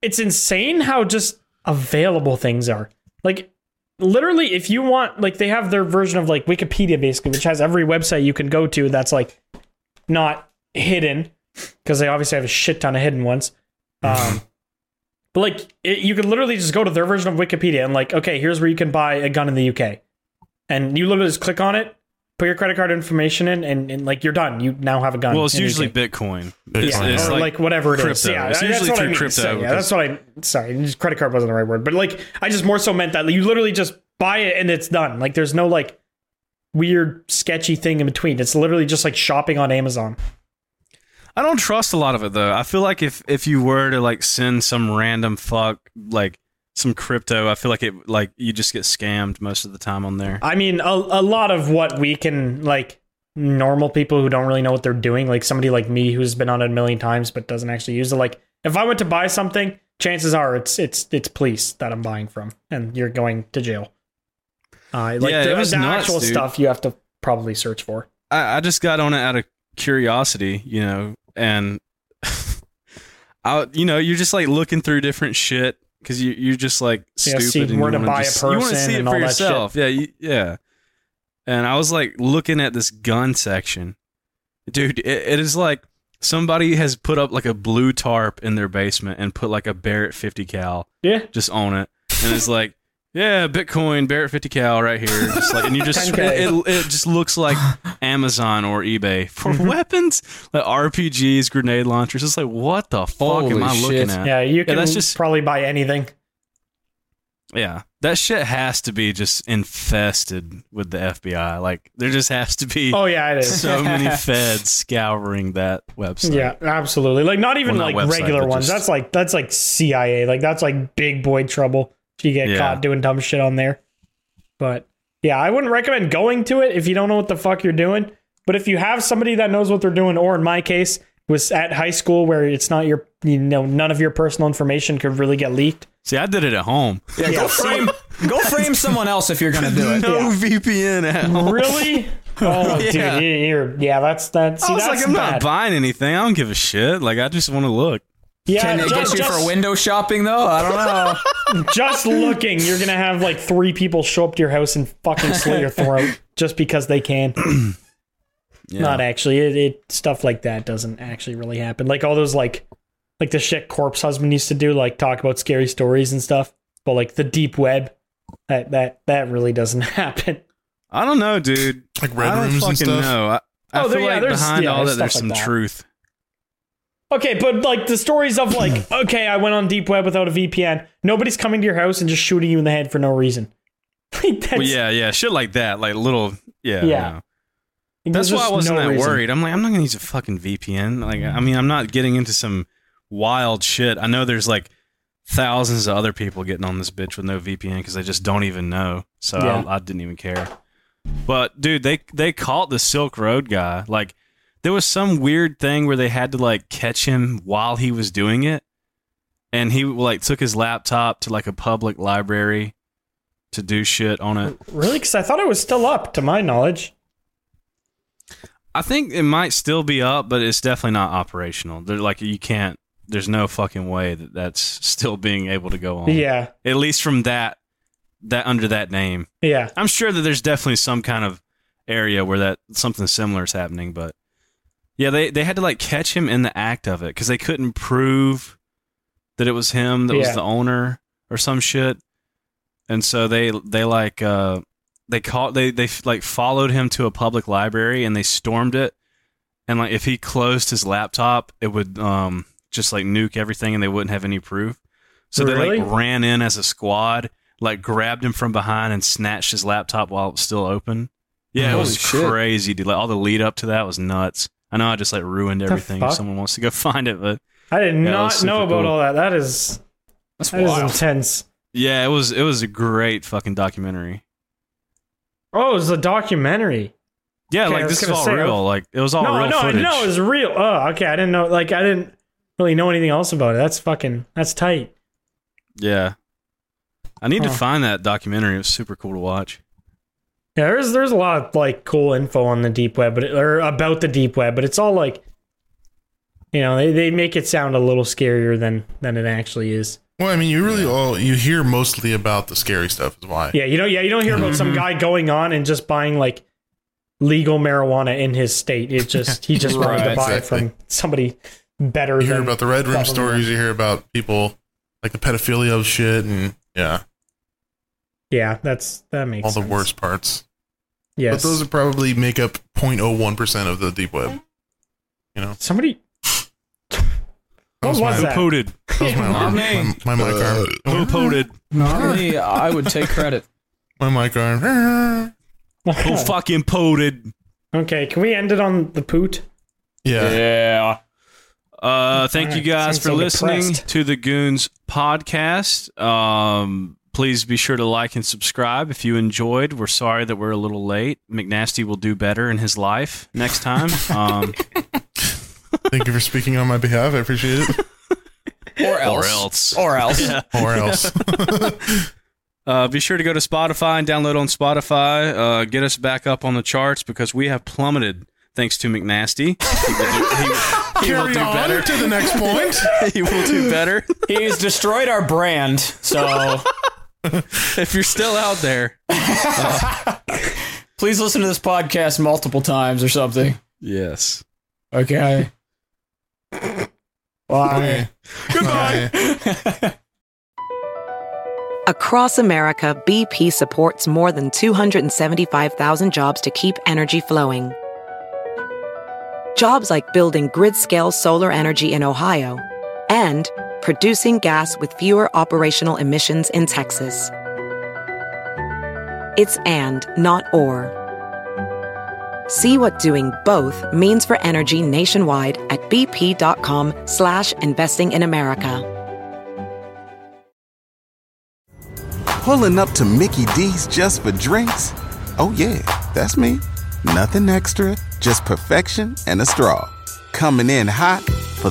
it's insane how just available things are. Like literally, if you want, like they have their version of like Wikipedia basically, which has every website you can go to that's like not hidden because they obviously have a shit ton of hidden ones. Um, but like it, you could literally just go to their version of Wikipedia and like, okay, here's where you can buy a gun in the UK, and you literally just click on it, put your credit card information in, and, and like you're done. You now have a gun.
Well, it's
in the
usually
UK.
Bitcoin.
Bitcoin,
It's- it's
or like, whatever it is.
crypto.
Yeah,
It's
that's
usually
what I
through
mean.
crypto,
So, yeah,
because-
that's what I. Sorry, just- credit card wasn't the right word, but like I just more so meant that you literally just buy it and it's done. Like there's no like weird sketchy thing in between. It's literally just like shopping on Amazon.
I don't trust a lot of it though. I feel like if if you were to like send some random fuck like some crypto, I feel like it like you just get scammed most of the time on there.
I mean, a, a lot of what we can like normal people who don't really know what they're doing, like somebody like me who's been on it a million times but doesn't actually use it. Like, if I went to buy something, chances are it's it's it's police that I'm buying from, and you're going to jail. Uh, like
Yeah,
the,
it was
the
nuts,
actual
dude.
stuff you have to probably search for.
I, I just got on it out of curiosity, you know, and I, you know, you're just like looking through different shit because you you're just like
Yeah,
stupid.
see
and you
where to
wanna
buy a
just- you wanna
person
see it
and
for
all that shit.
yourself. Yeah, you, yeah. And I was like looking at this gun section, dude. It, it is like somebody has put up like a blue tarp in their basement and put like a Barrett 50 cal
Yeah,
just on it, and it's like. Yeah, Bitcoin Barrett 50 cal right here. Just like, and you just it,
10K.
it, it just looks like Amazon or eBay for
Mm-hmm.
weapons like RPGs, grenade launchers. It's like what the fuck
Holy
am I
shit.
looking at?
yeah, you can
that's just-
probably buy anything.
Yeah, that shit has to be just infested with the FBI. Like there just has to be
Oh yeah, it is.
so many feds scouring that website.
Yeah, absolutely. Like not even
Well,
like
not website,
regular
but
ones.
just-
That's like that's like CIA. Like that's like big boy trouble if you get
Yeah.
caught doing dumb shit on there. But yeah, I wouldn't recommend going to it if you don't know what the fuck you're doing. But if you have somebody that knows what they're doing, or in my case, was at high school where it's not your you know, none of your personal information could really get leaked.
See, I did it at home.
Yeah, go frame go frame someone else if you're gonna do it.
No
Yeah.
VPN at home.
Really? Oh,
Yeah.
dude, you- you're yeah. That's that. See,
I was
that's
like, I'm
bad.
not buying anything. I don't give a shit. Like I just want to look.
yeah,
Can it
just-
get you for
just-
window shopping though? I don't know.
just looking, you're gonna have like three people show up to your house and fucking slit your throat just because they can. Not actually. It, it stuff like that doesn't actually really happen. Like all those like like the shit corpse husband used to do, like talk about scary stories and stuff. But like the deep web, that that that really doesn't happen.
I don't know, dude.
like red
I don't
rooms
fucking
and stuff.
know. I, I
Oh, there-
feel
yeah,
like
there's-
behind
yeah,
all
there's
that, there's
stuff
some
like that.
truth.
Okay, but like the stories of like, okay, I went on deep web without a VPN. Nobody's coming to your house and just shooting you in the head for no reason. Like that's
Well, yeah, yeah, shit like that, like little, yeah,
Yeah.
no.
there's
That's why I
just
wasn't
no
that
reason.
worried. I'm like, I'm not gonna use a fucking VPN. Like, I mean, I'm not getting into some wild shit. I know there's like thousands of other people getting on this bitch with no VPN because they just don't even know. So
Yeah.
I, I didn't even care. But dude, they they caught the Silk Road guy. Like, there was some weird thing where they had to like catch him while he was doing it, and he like took his laptop to like a public library to do shit on it.
Really? Because I thought it was still up, to my knowledge.
I think it might still be up, but it's definitely not operational. They're like you can't. There's no fucking way that that's still being able to go on.
Yeah.
At least from that that under that name.
Yeah.
I'm sure that there's definitely some kind of area where that something similar is happening, but yeah, they they had to like catch him in the act of it because they couldn't prove that it was him that
Yeah.
was the owner or some shit, and so they they like uh they caught they they like followed him to a public library and they stormed it, and like if he closed his laptop, it would um just like nuke everything and they wouldn't have any proof. So they
Really?
like ran in as a squad like grabbed him from behind and snatched his laptop while it was still open. Yeah, it
Holy
was
shit.
crazy, dude. Like all the lead up to that was nuts. I know I just like ruined everything. If
fuck?
someone wants to go find it, but
I did
Yeah, that
not
was super
know about
cool.
all that. That is
That's
that is
wild.
intense.
yeah, it was it was a great fucking documentary.
Oh, it's a documentary.
Yeah,
Okay, I
like
was
this is
gonna
all
say, I-
real. Like it was all
no,
real
no, I
footage.
know it was real. Oh, okay. I didn't know. Like, I didn't really know anything else about it. That's fucking. That's tight.
yeah, I need to
Huh.
find that documentary. It was super cool to watch.
Yeah, there's there's a lot of like cool info on the deep web, but it, or about the deep web, but it's all like, you know, they, they make it sound a little scarier than than it actually is.
Well, I mean, you really all you hear mostly about the scary stuff is why.
Yeah, you don't. Yeah, you don't hear about
Mm-hmm.
some guy going on and just buying like legal marijuana in his state. It just he just wanted to
Right,
buy
exactly.
it from somebody better.
You hear
than
about the red room
government.
stories. You hear about people like the pedophilia of shit, and yeah,
Yeah, that's that makes
all the
sense.
worst parts.
Yes,
But those are probably make up 0.01 percent of the deep web.
somebody.
That
What was
my,
that?
Poted,
that was my alarm.
me.
My, my mic arm.
who poted,
Not me. I would take credit.
My mic arm.
who fucking poted.
okay, can we end it on the poot?
Yeah.
Yeah.
Uh, thank
All
you
right,
guys
sounds
for
so
listening
depressed.
to the Goons podcast. Um, please be sure to like and subscribe if you enjoyed. We're sorry that we're a little late. McNasty will do better in his life next time. Um,
Thank you for speaking on my behalf. I appreciate it.
Or
or
else.
else.
Or else.
Or else.
Uh, be sure to go to Spotify and download on Spotify. Uh, get us back up on the charts because we have plummeted thanks to McNasty. He will do, he- he will
Carry
do
on
better.
to the next point.
He will do better.
He's destroyed our brand. So
If you're still out there,
please listen to this podcast multiple times or something.
yes.
Okay. Bye.
Goodbye.
Across America, BP supports more than 275,000 jobs to keep energy flowing. Jobs like building grid scale solar energy in Ohio and producing gas with fewer operational emissions in Texas. It's and, not or. See what doing both means for energy nationwide at bp.com slash investing in America.
Pulling up to Mickey D's just for drinks? Oh, yeah, that's me. Nothing extra, just perfection and a straw. Coming in hot for